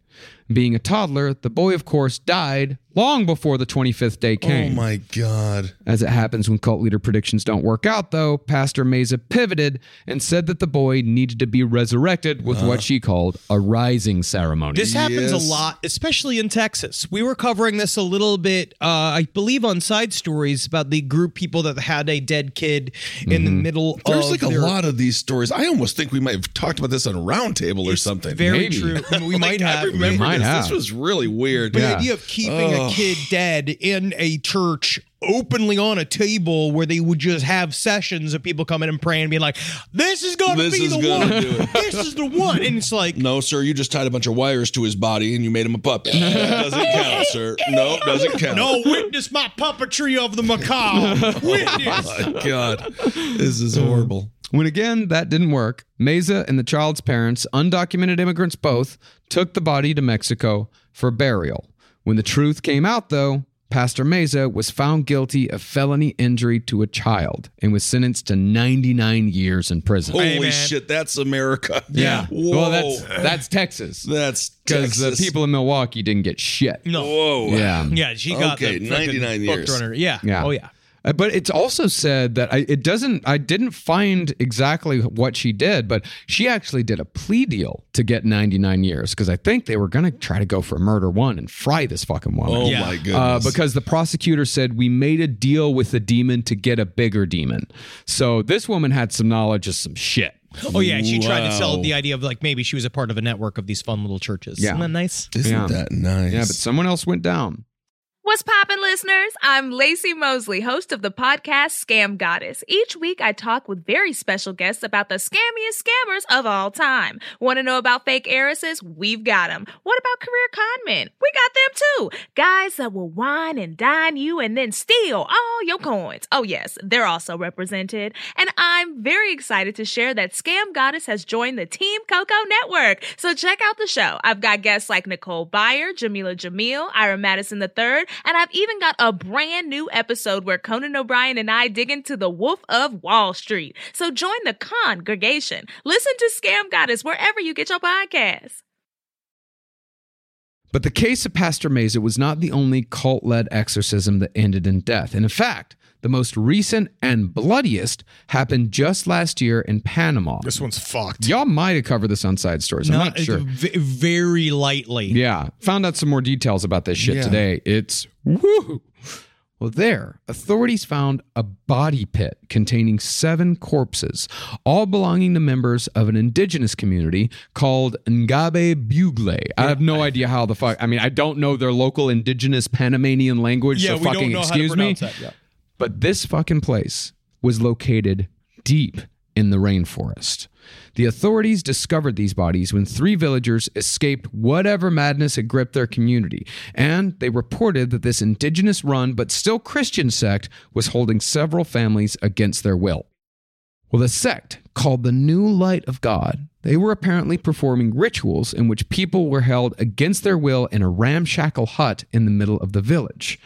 Speaker 8: being a toddler the boy of course died long before the 25th day
Speaker 7: Oh
Speaker 8: came
Speaker 7: my God.
Speaker 8: as it happens when cult leader predictions don't work out though pastor mesa pivoted and said that the boy needed to be resurrected with what she called a rising ceremony
Speaker 6: Uh-huh. This happens a lot, especially in Texas. We were covering this a little bit, uh, I believe, on side stories about the group people that had a dead kid in the middle
Speaker 7: Mm-hmm. There's
Speaker 6: of
Speaker 7: like a
Speaker 6: their-
Speaker 7: lot of these stories. I almost think we might have talked about this on a roundtable or something.
Speaker 6: Very
Speaker 7: Maybe.
Speaker 6: true. We might
Speaker 7: I
Speaker 6: have.
Speaker 7: remember
Speaker 8: might
Speaker 7: this.
Speaker 8: have.
Speaker 7: This was really weird.
Speaker 6: But the idea of keeping
Speaker 7: Oh.
Speaker 6: a kid dead in a church openly on a table where they would just have sessions of people coming and praying and being like, this is going to
Speaker 7: This
Speaker 6: be
Speaker 7: is
Speaker 6: the
Speaker 7: gonna
Speaker 6: one.
Speaker 7: do it.
Speaker 6: This is the one. And it's like,
Speaker 7: No, sir, you just tied a bunch of wires to his body and you made him a puppet. That doesn't count, sir. No, doesn't count.
Speaker 6: no, witness my puppetry of the macabre. Witness.
Speaker 7: Oh My God, this is horrible.
Speaker 8: When again that didn't work, Meza and the child's parents, undocumented immigrants both, took the body to Mexico for burial. When the truth came out, though, Pastor Meza was found guilty of felony injury to a child and was sentenced to 99 years in prison.
Speaker 7: Holy
Speaker 6: man.
Speaker 7: shit, that's America.
Speaker 8: Oh, yeah.
Speaker 7: Whoa.
Speaker 8: Well, that's that's Texas
Speaker 7: that's
Speaker 8: because the
Speaker 7: Texas.
Speaker 8: people in Milwaukee didn't get shit.
Speaker 6: No.
Speaker 7: Whoa.
Speaker 8: Yeah.
Speaker 6: Yeah, she got
Speaker 7: Okay,
Speaker 6: the
Speaker 7: 99
Speaker 6: 99
Speaker 7: years.
Speaker 6: Yeah.
Speaker 8: Yeah.
Speaker 6: Oh yeah.
Speaker 8: Uh, But it's also said that I, it doesn't. I didn't find exactly what she did, but she actually did a plea deal to get 99 years because I think they were going to try to go for murder one and fry this fucking woman.
Speaker 7: Oh
Speaker 6: Yeah.
Speaker 7: my goodness.
Speaker 8: Uh, because the prosecutor said we made a deal with the demon to get a bigger demon. So this woman had some knowledge of some shit.
Speaker 6: Oh yeah. and She tried to sell
Speaker 7: Wow.
Speaker 6: the idea of like maybe she was a part of a network of these fun little churches.
Speaker 8: Yeah.
Speaker 6: Isn't that nice?
Speaker 7: Isn't
Speaker 8: Yeah.
Speaker 7: that nice?
Speaker 8: Yeah, but someone else went down.
Speaker 9: What's poppin', listeners? I'm Lacey Mosley, host of the podcast Scam Goddess. Each week, I talk with very special guests about the scammiest scammers of all time. Want to know about fake heiresses? We've got them. What about career con men? We got them too. Guys that will wine and dine you and then steal all your coins. Oh, yes, they're also represented. And I'm very excited to share that Scam Goddess has joined the Team Coco Network. So check out the show. I've got guests like Nicole Byer, Jamila Jamil, Ira Madison III, and I've even got a brand new episode where Conan O'Brien and I dig into the Wolf of Wall Street. So join the congregation. Listen to Scam Goddess wherever you get your podcasts.
Speaker 8: But the case of Pastor Mesa was not the only cult led exorcism that ended in death. And in fact, the most recent and bloodiest happened just last year in Panama.
Speaker 13: This one's fucked.
Speaker 8: Y'all might have covered this on side stories. I'm not, sure.
Speaker 6: v- very lightly.
Speaker 8: Yeah. Found out some more details about this shit
Speaker 6: Yeah.
Speaker 8: today. It's woo. Well, there, authorities found a body pit containing seven corpses, all belonging to members of an indigenous community called Ngabe Bugle. I have no idea how the fuck. I mean, I don't know their local indigenous Panamanian language,
Speaker 6: Yeah,
Speaker 8: so
Speaker 6: we don't
Speaker 8: fucking
Speaker 6: know how to
Speaker 8: excuse me.
Speaker 6: pronounce that, yeah.
Speaker 8: But this fucking place was located deep in the rainforest. The authorities discovered these bodies when three villagers escaped whatever madness had gripped their community, and they reported that this indigenous run but still Christian sect was holding several families against their will. Well, the sect called the New Light of God. They were apparently performing rituals in which people were held against their will in a ramshackle hut in the middle of the village.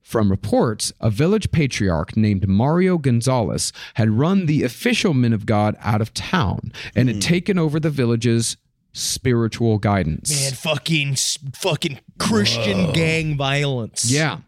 Speaker 8: From reports, a village patriarch named Mario Gonzalez had run the official men of God out of town and had taken over the village's spiritual guidance.
Speaker 6: Man, fucking, fucking Christian gang violence.
Speaker 8: Yeah.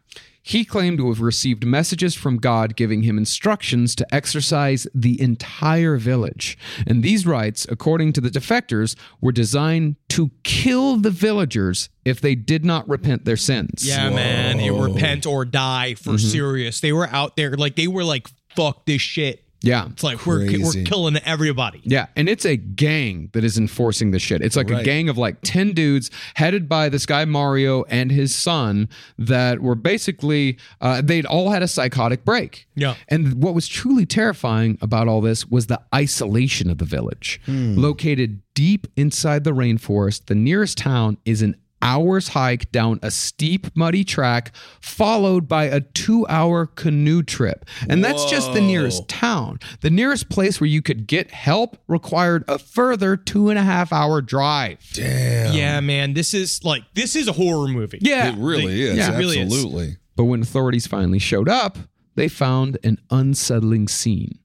Speaker 8: He claimed to have received messages from God giving him instructions to exercise the entire village. And these rites, according to the defectors, were designed to kill the villagers if they did not repent their sins.
Speaker 6: Yeah, man. You repent or die for
Speaker 8: Mm-hmm.
Speaker 6: serious. They were out there like they were like, fuck this shit.
Speaker 8: Yeah.
Speaker 6: It's like we're
Speaker 8: Crazy.
Speaker 6: we're killing everybody.
Speaker 8: Yeah, and it's a gang that is enforcing this shit. It's like a
Speaker 6: Right.
Speaker 8: gang of like 10 dudes headed by this guy Mario and his son that were basically uh, they'd all had a psychotic break.
Speaker 6: Yeah.
Speaker 8: And what was truly terrifying about all this was the isolation of the village. Located deep inside the rainforest, the nearest town is an hour's hike down a steep, muddy track, followed by a two hour canoe trip. And that's just the nearest town. The nearest place where you could get help required a further two and a half hour drive.
Speaker 6: Yeah, man. This is like this is a horror movie.
Speaker 8: Yeah.
Speaker 6: It really is.
Speaker 8: But when authorities finally showed up, they found an unsettling scene.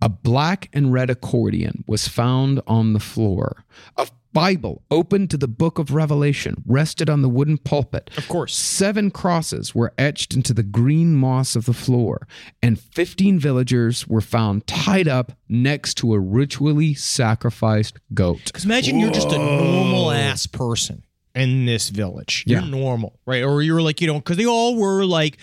Speaker 8: A black and red accordion was found on the floor. A Bible open to the book of Revelation rested on the wooden pulpit. Of course. Seven crosses were etched into the green moss of the floor, and 15 villagers were found tied up next to a ritually sacrificed goat.
Speaker 6: Because imagine you're just a normal ass person in this village.
Speaker 8: Yeah.
Speaker 6: You're normal, right? Or you're like, you know, because they all were like,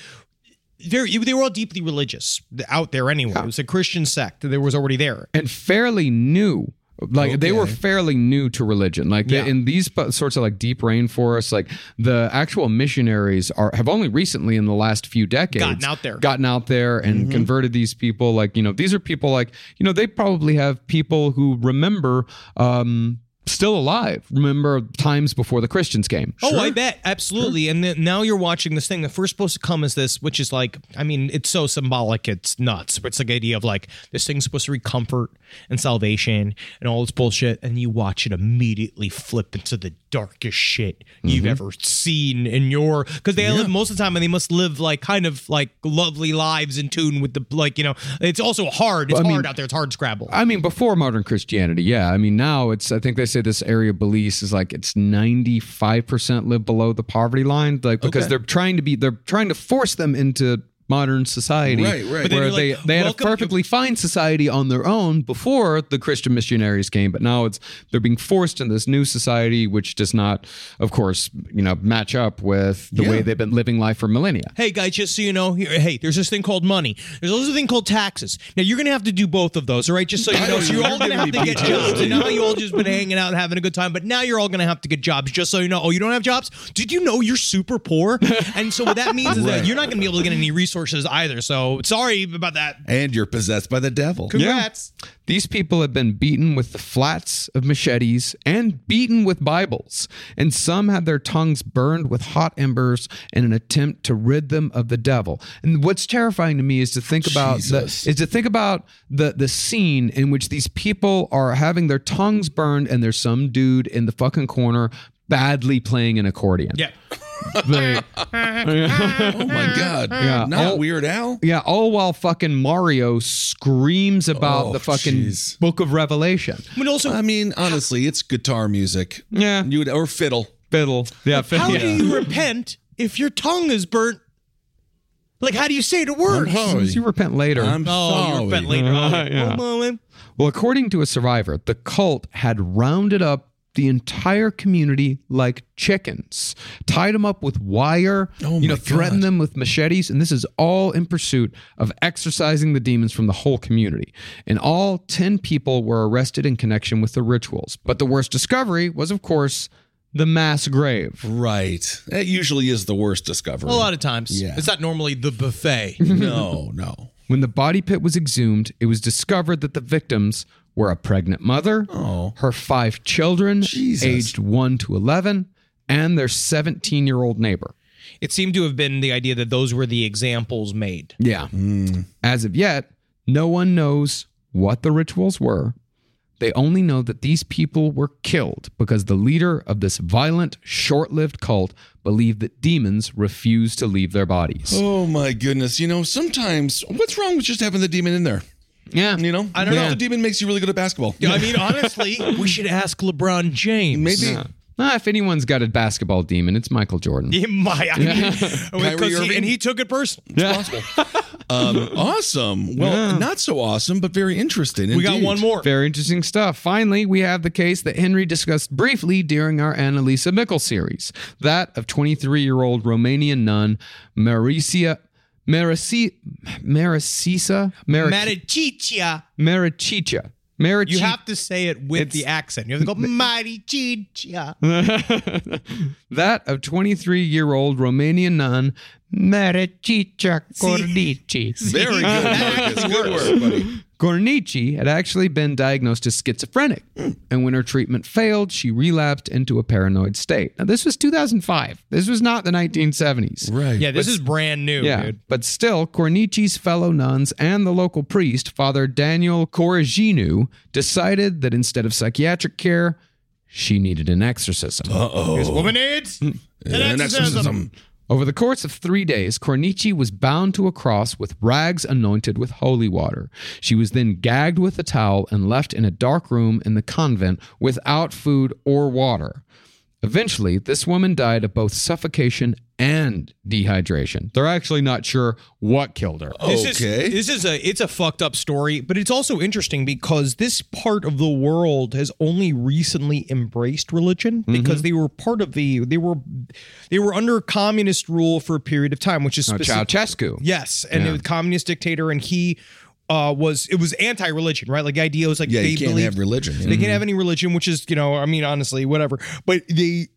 Speaker 6: very, they were all deeply religious out there anyway. It was a Christian sect that there was already there.
Speaker 8: and fairly new. Like they were fairly new to religion. Like
Speaker 6: Yeah.
Speaker 8: in these p- sorts of like deep rainforests, like the actual missionaries are have only recently in the last few decades
Speaker 6: Gotten out there. Mm-hmm.
Speaker 8: gotten out there and converted these people. Like you know, these are people like you know they probably have people who remember. um Still alive. Remember times before the Christians came.
Speaker 6: Oh, I bet absolutely. And then now you're watching this thing. The first supposed to come is this, which is like, I mean, it's so symbolic. It's nuts. But it's like the idea of like this thing's supposed to be comfort and salvation and all this bullshit. And you watch it immediately flip into the darkest shit you've
Speaker 8: Mhm.
Speaker 6: ever seen in your because they live most of the time and they must live like kind of like lovely lives in tune with the like you know. It's also hard. It's
Speaker 8: I mean-
Speaker 6: hard out there. It's hard scrabble.
Speaker 8: I mean, before modern Christianity, yeah. I mean, now it's, I think they say this area of Belize is like it's 95% live below the poverty line, like because
Speaker 6: Okay.
Speaker 8: they're trying to be, they're trying to force them into modern society.
Speaker 7: Right, right. But then
Speaker 8: Where
Speaker 7: you're
Speaker 8: they,
Speaker 7: like,
Speaker 8: they had a
Speaker 7: welcome to-
Speaker 8: perfectly fine society on their own before the Christian missionaries came, but now it's they're being forced in this new society, which does not, of course, you know, match up with the way they've been living life for millennia.
Speaker 6: Hey guys, just so you know, here, hey, there's this thing called money. There's also a thing called taxes. Now you're gonna have to do both of those, all right? Just so you know, so you're all gonna have to
Speaker 11: Giving me
Speaker 6: get jobs.
Speaker 11: PTSD.
Speaker 6: And now you all just been hanging out and having a good time, but now you're all gonna have to get jobs. Just so you know, oh, you don't have jobs? Did you know you're super poor? And so what that means is
Speaker 7: Right.
Speaker 6: that you're not gonna be able to get any resources either. So sorry about that.
Speaker 7: And you're possessed by the devil.
Speaker 6: Congrats.
Speaker 8: These people have been beaten with the flats of machetes and beaten with Bibles, and some had their tongues burned with hot embers in an attempt to rid them of the devil. And what's terrifying to me is to think about the, is to think about the the scene in which these people are having their tongues burned, and there's some dude in the fucking corner badly playing an accordion.
Speaker 6: Yeah.
Speaker 8: Like- oh
Speaker 7: my god! Not Weird Al.
Speaker 8: Yeah, all while fucking Mario screams about
Speaker 7: Oh,
Speaker 8: the fucking Book of Revelation.
Speaker 6: But also,
Speaker 7: I mean, honestly, it's guitar music.
Speaker 8: Yeah,
Speaker 7: you would or fiddle,
Speaker 8: fiddle. Yeah,
Speaker 6: How do you repent if your tongue is burnt? Like, how do you say the words?
Speaker 8: You repent later.
Speaker 6: I'm Oh, you sorry. repent later.
Speaker 8: Uh,
Speaker 6: Oh, moment.
Speaker 8: Well, according to a survivor, the cult had rounded up the entire community like chickens, tied them up with wire, you know, threatened them with machetes, and this is all in pursuit of exorcising the demons from the whole community. And all 10 people were arrested in connection with the rituals. But the worst discovery was, of course, the mass grave.
Speaker 7: Right. That usually is the worst discovery.
Speaker 6: A lot of times.
Speaker 8: Yeah.
Speaker 6: It's not normally the buffet. Oh,
Speaker 7: No, no.
Speaker 8: When the body pit was exhumed, it was discovered that the victims were a pregnant mother, her five children, aged 1 to 11, and their 17 year old neighbor.
Speaker 6: It seemed to have been the idea that those were the examples made.
Speaker 8: Yeah. Hmm. As of yet, no one knows what the rituals were. They only know that these people were killed because the leader of this violent, short lived cult believed that demons refused to leave their bodies.
Speaker 7: Oh my goodness! You know, sometimes what's wrong with just having the demon in there?
Speaker 8: Yeah,
Speaker 7: you know,
Speaker 6: I don't know.
Speaker 7: The demon makes you really good at basketball.
Speaker 6: Yeah, I mean, honestly, we should ask LeBron James.
Speaker 7: Maybe.
Speaker 8: Yeah. Ah, if anyone's got a basketball demon, it's Michael Jordan.
Speaker 6: Yeah, my, I mean,
Speaker 8: Yeah.
Speaker 6: because
Speaker 7: Kyrie
Speaker 6: he-
Speaker 7: Irving?
Speaker 6: and he took it personally.
Speaker 7: um, awesome. Well,
Speaker 8: Yeah.
Speaker 7: not so awesome, but very interesting. indeed.
Speaker 8: Very interesting stuff. Finally, we have the case that Henry discussed briefly during our Annalisa Mickle series that of 23 year old Romanian nun Maricia. Marici, Maricisa? Maric-
Speaker 6: Marichicha.
Speaker 8: Marichicha. Marichi-
Speaker 6: You have to say it with the accent. You have to go, Marichicha.
Speaker 8: that of 23 year old Romanian nun Marichicha Cordici.
Speaker 7: Very good. Marcus. Good work, buddy.
Speaker 8: Gornici had actually been diagnosed as schizophrenic, and when her treatment failed, she relapsed into a paranoid state. Now, this was 2005. This was not the 1970s. Right.
Speaker 6: Yeah, this is brand new, dude.
Speaker 8: But still, Cornici's fellow nuns and the local priest, Father Daniel Coraginu, decided that instead of psychiatric care, she needed an exorcism. Uh
Speaker 6: This woman needs
Speaker 7: Oh.
Speaker 6: an, exorcism.
Speaker 8: over the course of three days, Cornici was bound to a cross with rags anointed with holy water. She was then gagged with a towel and left in a dark room in the convent without food or water. Eventually, this woman died of both suffocation and dehydration. They're actually not sure what killed her.
Speaker 6: This is this is a it's a fucked up story, but it's also interesting because this part of the world has only recently embraced religion
Speaker 7: Mm-hmm.
Speaker 6: because they were part of the they were they were under communist rule for a period of time,
Speaker 7: Oh,
Speaker 6: which is
Speaker 8: No,
Speaker 6: specific-
Speaker 8: Ceausescu.
Speaker 6: Yes, and
Speaker 8: Yeah.
Speaker 6: it was communist dictator, and he uh, was it was anti-religion, right? Like the idea was like
Speaker 7: Yeah,
Speaker 6: they
Speaker 7: you can't
Speaker 6: believed-
Speaker 7: have religion.
Speaker 6: They can't have any religion, which is you know, I mean, honestly, whatever. But they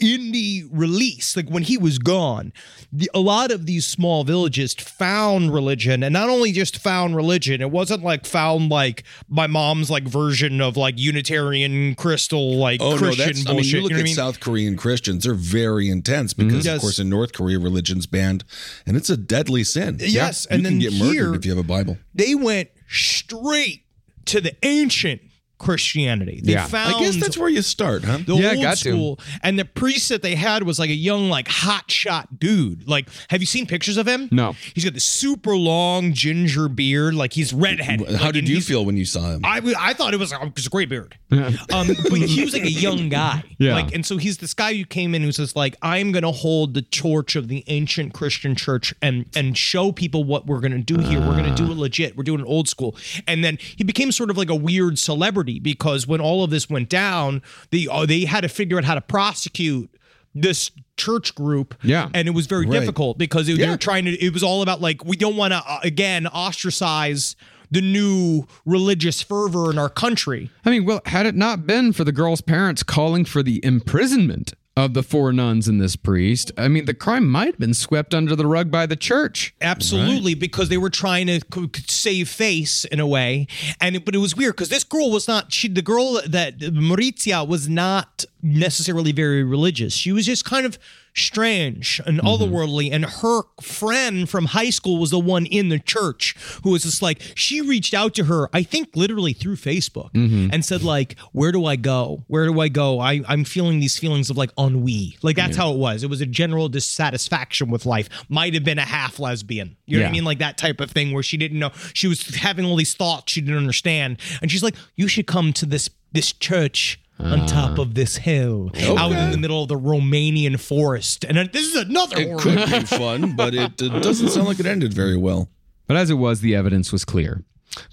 Speaker 6: in the release, like when he was gone, the, a lot of these small villages found religion, and not only just found religion. It wasn't like found like my mom's like version of like Unitarian crystal like
Speaker 7: Oh
Speaker 6: Christian
Speaker 7: no, that's. I mean,
Speaker 6: bullshit.
Speaker 7: you look
Speaker 6: know
Speaker 7: at
Speaker 6: what I mean? Mm-hmm.
Speaker 7: South Korean Christians; they're very intense because,
Speaker 6: Yes.
Speaker 7: of course, in North Korea, religion's banned, and it's a deadly sin.
Speaker 6: Yes,
Speaker 7: Yeah.
Speaker 6: and
Speaker 7: you can
Speaker 6: then
Speaker 7: get murdered
Speaker 6: here-
Speaker 7: if you have a Bible.
Speaker 6: they went straight to the ancient Christianity. They
Speaker 7: Yeah. I
Speaker 6: found
Speaker 7: guess that's where you start, huh?
Speaker 6: The
Speaker 7: Uh-huh. Yeah,
Speaker 6: old
Speaker 7: got to.
Speaker 6: school. And the priest that they had was like a young, like hot shot dude. Like, have you seen pictures of him?
Speaker 7: No.
Speaker 6: He's got this super long ginger beard. Like he's redheaded.
Speaker 7: How
Speaker 6: Like,
Speaker 7: did
Speaker 6: and
Speaker 7: you
Speaker 6: he's-
Speaker 7: feel when you saw him?
Speaker 6: I, w- I thought it was, it was a great beard. Um, but he was like a young guy.
Speaker 7: Yeah.
Speaker 6: Like, and so he's this guy who came in who says, like, I'm gonna hold the torch of the ancient Christian church and and show people what we're gonna do here. We're gonna do
Speaker 8: Ah.
Speaker 6: it legit. We're doing it old school. And then he became sort of like a weird celebrity because when all of this went down, they oh, they had to figure out how to prosecute this church group
Speaker 8: Yeah.
Speaker 6: and it was very
Speaker 8: Right.
Speaker 6: difficult because it, they
Speaker 8: Yeah.
Speaker 6: were trying to it was all about like we don't want to uh, again ostracize the new religious fervor in our country
Speaker 8: I mean, well, had it not been for the girl's parents calling for the imprisonment of the four nuns and this priest, I mean, the crime might have been swept under the rug by the church.
Speaker 6: Absolutely, because they were trying to c- c- save face in a way, and it, but it was weird because this girl was not she. The girl that Maurizia was not necessarily very religious. She was just kind of strange and otherworldly. And her friend from high school was the one in the church who was just like she reached out to her. I think literally through Facebook
Speaker 7: Mm-hmm.
Speaker 6: and said like, "Where do I go? Where do I go? I I'm feeling these feelings of like ennui. Like that's how it was. It was a general dissatisfaction with life. Might have been a half lesbian. You know what
Speaker 8: Yeah.
Speaker 6: I mean? Like that type of thing where she didn't know she was having all these thoughts she didn't understand, and she's like, "You should come to this this church." On top
Speaker 7: Ah.
Speaker 6: of this hill, out in the middle of the Romanian forest, and uh, this is another.
Speaker 7: It
Speaker 6: horror
Speaker 7: could
Speaker 6: movie.
Speaker 7: be fun, but it, uh doesn't sound like it ended very well.
Speaker 8: But as it was, the evidence was clear.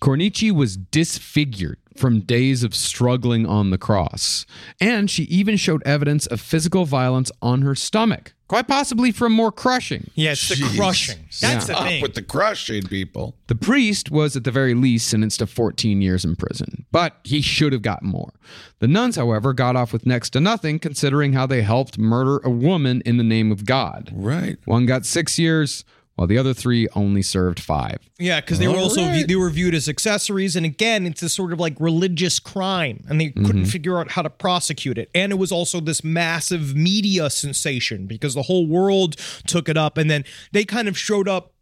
Speaker 8: Cornici was disfigured from days of struggling on the cross, and she even showed evidence of physical violence on her stomach, quite possibly from more crushing.
Speaker 6: Yeah, it's the crushing. That's the
Speaker 7: Up
Speaker 6: thing.
Speaker 7: with the crushing people.
Speaker 8: The priest was at the very least sentenced to 14 years in prison, but he should have gotten more. The nuns, however, got off with next to nothing considering how they helped murder a woman in the name of God.
Speaker 7: Right.
Speaker 8: One got six years, while the other three only served five.
Speaker 6: Yeah, because they were
Speaker 8: All
Speaker 6: also
Speaker 8: right.
Speaker 6: they were viewed as accessories, and again, it's a sort of like religious crime, and they couldn't figure out how to prosecute it. And it was also this massive media sensation because the whole world took it up, and then they kind of showed up.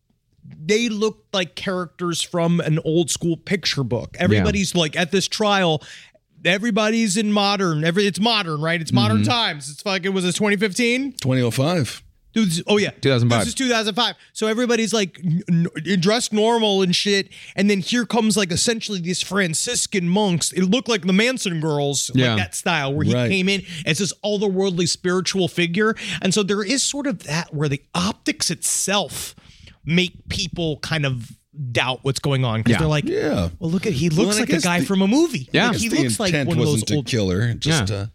Speaker 6: They looked like characters from an old school picture book. Everybody's like at this trial. Everybody's in modern. Every it's modern, right? It's modern times. It's like it was it 2015.
Speaker 7: 2005.
Speaker 6: Dudes, oh yeah,
Speaker 8: 2005.
Speaker 6: This is 2005. So everybody's like n- n- dressed normal and shit, and then here comes like essentially these Franciscan monks. It looked like the Manson girls,
Speaker 8: Yeah.
Speaker 6: like that style, where he
Speaker 8: Right.
Speaker 6: came in as this otherworldly spiritual figure. And so there is sort of that where the optics itself make people kind of doubt what's going on because
Speaker 7: Yeah.
Speaker 6: they're like,
Speaker 7: Yeah.
Speaker 6: well, look at he
Speaker 7: Well,
Speaker 6: looks
Speaker 7: and I
Speaker 6: like a
Speaker 7: guess
Speaker 6: guy
Speaker 7: the-
Speaker 6: from a movie.
Speaker 7: Yeah,
Speaker 6: Like,
Speaker 7: I
Speaker 6: he
Speaker 7: guess the
Speaker 6: looks like
Speaker 7: intent
Speaker 6: one of those
Speaker 7: wasn't
Speaker 6: old
Speaker 7: to kill her. Just, uh,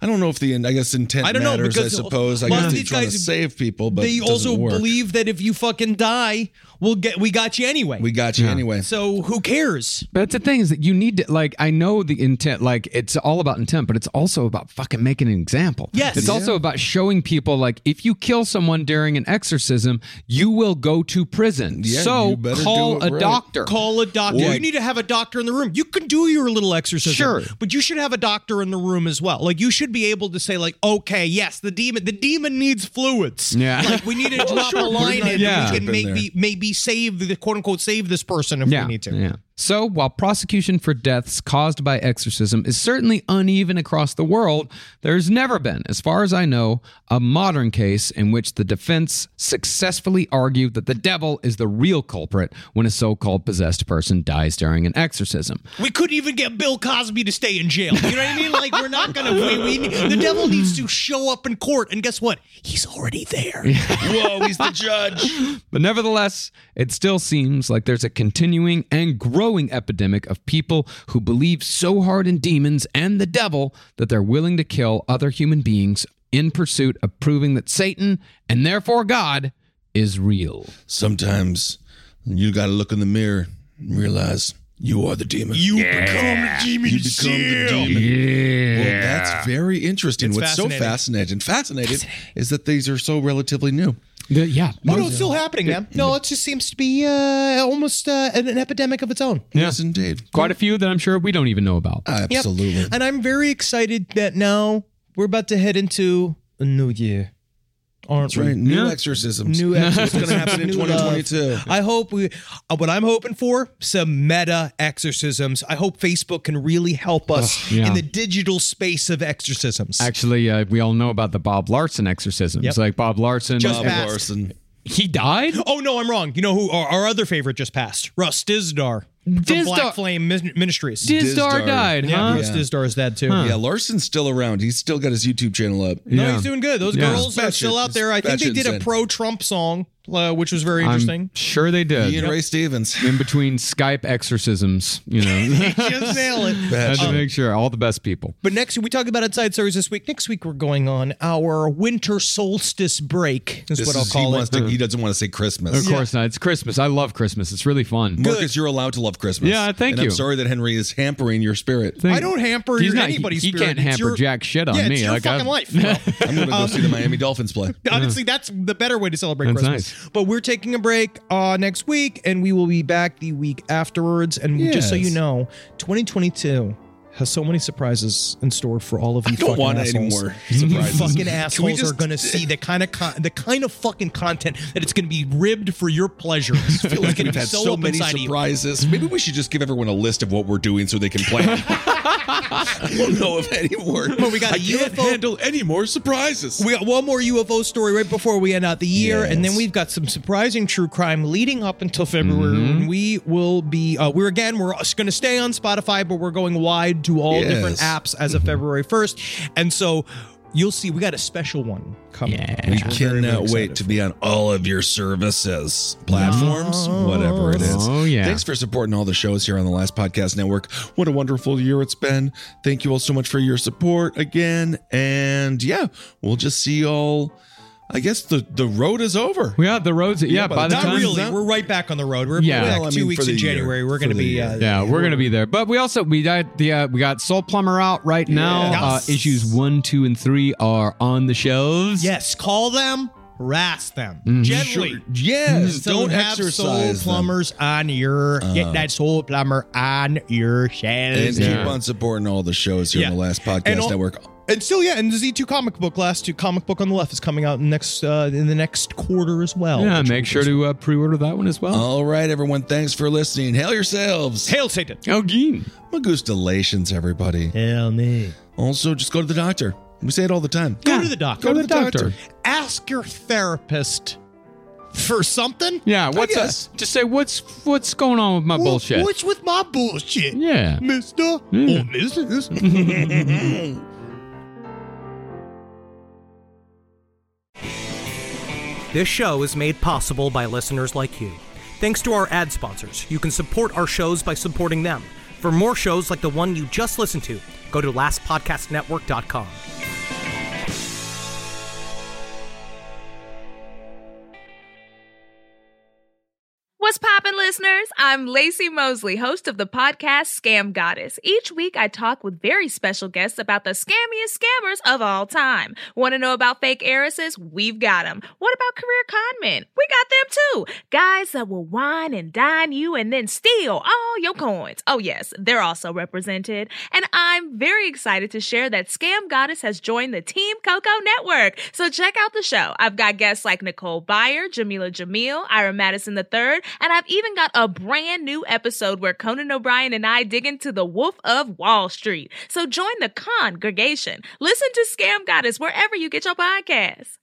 Speaker 7: I don't know if the I guess intent
Speaker 6: I don't know,
Speaker 7: matters.
Speaker 6: because-
Speaker 7: I suppose. I
Speaker 6: well,
Speaker 7: guess they
Speaker 6: these
Speaker 7: trying to
Speaker 6: guys-
Speaker 7: save people, but
Speaker 6: they
Speaker 7: it doesn't
Speaker 6: also
Speaker 7: work.
Speaker 6: believe that if you fucking die, we'll get we got you anyway.
Speaker 7: we got you
Speaker 8: Yeah.
Speaker 7: anyway.
Speaker 6: So who cares?
Speaker 8: But that's the thing is that you need to like I know the intent like it's all about intent, but it's also about fucking making an example.
Speaker 6: Yes.
Speaker 8: It's
Speaker 6: Yeah.
Speaker 8: also about showing people like if you kill someone during an exorcism, you will go to prison.
Speaker 7: Yeah, you
Speaker 8: so
Speaker 7: better
Speaker 8: call
Speaker 7: do
Speaker 8: a
Speaker 7: it right.
Speaker 8: doctor.
Speaker 6: Call a doctor.
Speaker 8: Or-
Speaker 6: you need to have a doctor in the room. You can do your little exorcism,
Speaker 8: Sure.
Speaker 6: but you should have a doctor in the room as well. Like you should be able to say, like, okay, yes, the demon, the demon needs fluids.
Speaker 8: Yeah.
Speaker 6: like we need to drop
Speaker 8: Oh, sure,
Speaker 6: a line in.
Speaker 8: put
Speaker 6: and
Speaker 8: it on
Speaker 6: We
Speaker 8: the
Speaker 6: can
Speaker 8: tip in
Speaker 6: maybe maybe save the quote unquote save this person if we need to.
Speaker 8: Yeah. So while prosecution for deaths caused by exorcism is certainly uneven across the world, there's never been, as far as I know, a modern case in which the defense successfully argued that the devil is the real culprit when a so called possessed person dies during an exorcism.
Speaker 6: We couldn't even get Bill Cosby to stay in jail. You know what I mean? Like we're not gonna. We, we need- the devil needs to show up in court, and guess what? He's already there.
Speaker 7: Whoa, he's the judge.
Speaker 8: But nevertheless, it still seems like there's a continuing and growing epidemic of people who believe so hard in demons and the devil that they're willing to kill other human beings in pursuit of proving that Satan, and therefore God, is real.
Speaker 7: Sometimes you got to look in the mirror and realize you are the demon.
Speaker 6: You become the demon.
Speaker 7: You become the demon. Well, that's very interesting.
Speaker 6: It's
Speaker 7: What's so
Speaker 6: fascinating.
Speaker 7: fascinating, fascinating, is that these are so relatively new.
Speaker 8: yeah.
Speaker 6: Oh no, it's still happening, man. No, it just seems to be uh, almost uh, an, an epidemic of its own.
Speaker 7: Yes, indeed.
Speaker 8: Quite a few that I'm sure we don't even know about.
Speaker 6: Yep.
Speaker 7: Absolutely.
Speaker 6: And I'm very excited that now we're about to head into a new year. aren't
Speaker 7: That's
Speaker 6: we?
Speaker 7: right. New
Speaker 6: Yeah.
Speaker 7: exorcisms.
Speaker 6: New
Speaker 7: That's
Speaker 6: exorcisms.
Speaker 7: what's gonna happen in
Speaker 6: New
Speaker 7: 2022.
Speaker 6: love. I hope we. uh, what I'm hoping for some meta exorcisms. I hope Facebook can really help us
Speaker 8: Ugh, yeah.
Speaker 6: in the digital space of exorcisms.
Speaker 8: Actually, uh, we all know about the Bob Larson exorcisms.
Speaker 6: Yep.
Speaker 8: Like Bob Larson. uh,
Speaker 6: Just Bob passed. Larson.
Speaker 8: He died?
Speaker 6: Oh no, I'm wrong. You know who our, our other favorite just passed? Russ Dizdar from
Speaker 8: Dizdar-
Speaker 6: Black Flame Min- Ministries.
Speaker 7: Dizdar died,
Speaker 6: Yeah,
Speaker 7: huh?
Speaker 6: Russ
Speaker 7: Yeah.
Speaker 6: Dizdar is dead too.
Speaker 7: Yeah, Larson's still around. He's still got his YouTube channel up.
Speaker 6: No, he's doing good. Those girls are still out there. I think they did a pro Trump song, uh, which was very
Speaker 8: I'm
Speaker 6: interesting.
Speaker 8: sure they did.
Speaker 6: He and Ray
Speaker 7: Stevens.
Speaker 8: In between Skype exorcisms, you know.
Speaker 6: Just nail it.
Speaker 8: Had to
Speaker 6: Um,
Speaker 8: make sure all the best people.
Speaker 6: But next, we talk about Inside Stories this week. Next week, we're going on our winter solstice break, is
Speaker 7: This
Speaker 6: what I'll
Speaker 7: is-
Speaker 6: call
Speaker 7: he
Speaker 6: it. uh,
Speaker 7: wants
Speaker 8: Uh,
Speaker 7: to- he doesn't want to say Christmas.
Speaker 8: Of course not. It's Christmas. I love Christmas. It's really fun.
Speaker 7: Marcus, you're allowed to love Christmas.
Speaker 8: Yeah, thank
Speaker 7: And
Speaker 8: you.
Speaker 7: I'm sorry that Henry is hampering your spirit.
Speaker 8: Thank-
Speaker 6: I don't hamper
Speaker 8: He's
Speaker 6: your-
Speaker 8: not- he-
Speaker 6: anybody's
Speaker 8: he
Speaker 6: spirit.
Speaker 8: can't
Speaker 6: It's
Speaker 8: hamper
Speaker 6: your-
Speaker 8: jack shit on
Speaker 6: yeah,
Speaker 8: me.
Speaker 6: It's your
Speaker 8: Like, I-
Speaker 6: fucking life. bro.
Speaker 7: I'm going to go
Speaker 6: Um,
Speaker 7: see the Miami Dolphins play.
Speaker 6: Honestly, that's the better way to celebrate
Speaker 7: That's
Speaker 6: Christmas. But we're taking a break uh, next week, and we will be back the week afterwards. And just so
Speaker 7: Yes.
Speaker 6: you know, 2022 has so many surprises in store for all of you.
Speaker 7: I don't
Speaker 6: fucking
Speaker 7: want any
Speaker 6: assholes.
Speaker 7: more
Speaker 6: You
Speaker 7: surprises.
Speaker 6: fucking
Speaker 7: Can we
Speaker 6: assholes
Speaker 7: just-
Speaker 6: are going to see the kind of con- the kind of fucking content that it's going to be ribbed for your pleasure. It's
Speaker 7: I feel like
Speaker 6: gonna
Speaker 7: we've
Speaker 6: be
Speaker 7: had
Speaker 6: so
Speaker 7: so
Speaker 6: up
Speaker 7: many
Speaker 6: inside of you.
Speaker 7: surprises. Maybe we should just give everyone a list of what we're doing so they can plan. I don't know if any more.
Speaker 6: Well, we got
Speaker 7: I
Speaker 6: a
Speaker 7: can't
Speaker 6: UFO.
Speaker 7: handle any more surprises.
Speaker 6: We got one more UFO story right before we end out the year, and then
Speaker 7: Yes.
Speaker 6: we've got some surprising true crime leading up until February.
Speaker 8: Mm-hmm.
Speaker 6: When we will be, uh, we're again, we're going to stay on Spotify, but we're going wide to all different
Speaker 7: Yes.
Speaker 6: apps as
Speaker 8: Mm-hmm.
Speaker 6: of February first, and so you'll see we got a special one coming.
Speaker 7: We
Speaker 6: which we're very, very
Speaker 7: cannot
Speaker 6: excited
Speaker 7: wait to be on all of your services, platforms, whatever it is.
Speaker 8: Oh, yeah.
Speaker 7: Thanks for supporting all the shows here on the Last Podcast Network. What a wonderful year it's been. Thank you all so much for your support again. And yeah, we'll just see y'all. I guess the, the road is over.
Speaker 8: Yeah, the roads. Yeah, by the
Speaker 6: Not
Speaker 8: time
Speaker 6: really. We're right back on the road. We're
Speaker 8: Yeah.
Speaker 6: back
Speaker 8: Well, I
Speaker 6: two
Speaker 8: mean,
Speaker 6: weeks
Speaker 8: for
Speaker 6: in
Speaker 8: the year.
Speaker 6: January. We're going to be. Uh,
Speaker 8: yeah, we're gonna be there. But we also we got the uh, we got Soul Plumber out right now.
Speaker 6: Yes.
Speaker 8: Uh, issues one, two, and three are on the shelves.
Speaker 6: Yes, call them, harass them
Speaker 8: Mhm.
Speaker 6: gently.
Speaker 8: Sure.
Speaker 7: Yes,
Speaker 6: So
Speaker 7: don't
Speaker 6: have soul
Speaker 7: exercise them.
Speaker 6: plumbers on your get that soul plumber on your
Speaker 7: And
Speaker 6: shelves.
Speaker 7: keep on supporting all the shows here
Speaker 6: Yeah.
Speaker 7: on the Last Podcast
Speaker 6: And all-
Speaker 7: Network.
Speaker 6: And still, yeah, and the Z two comic book, last two comic book on the left is coming out next uh, in the next quarter as well.
Speaker 8: Yeah, make sure to uh, pre-order that one as well.
Speaker 7: All right, everyone. Thanks for listening. Hail yourselves.
Speaker 6: Hail Satan.
Speaker 8: Oh, gee.
Speaker 7: Magustalations, everybody.
Speaker 6: Hail me.
Speaker 7: Also, just go to the doctor. We say it all the time.
Speaker 6: Go to the doctor.
Speaker 7: Go to the doctor.
Speaker 6: Ask your therapist for something.
Speaker 8: Yeah, what's up?
Speaker 6: guess.
Speaker 8: Just say what's what's going on with my
Speaker 6: Wha-
Speaker 8: bullshit.
Speaker 6: What's with my bullshit?
Speaker 8: Yeah.
Speaker 6: Mister
Speaker 8: Yeah.
Speaker 6: or Mrs.
Speaker 13: This show is made possible by listeners like you. Thanks to our ad sponsors, you can support our shows by supporting them. For more shows like the one you just listened to, go to lastpodcastnetwork.com.
Speaker 9: What's poppin', listeners? I'm Lacey Mosley, host of the podcast Scam Goddess. Each week, I talk with very special guests about the scammiest scammers of all time. Want to know about fake heiresses? We've got them. What about career con men? We got them too. Guys that will wine and dine you and then steal all your coins. Oh, yes, they're also represented. And I'm very excited to share that Scam Goddess has joined the Team Coco Network. So check out the show. I've got guests like Nicole Byer, Jamila Jamil, Ira Madison III, and I've even got a brand new episode where Conan O'Brien and I dig into the Wolf of Wall Street. So join the congregation. Listen to Scam Goddess wherever you get your podcasts.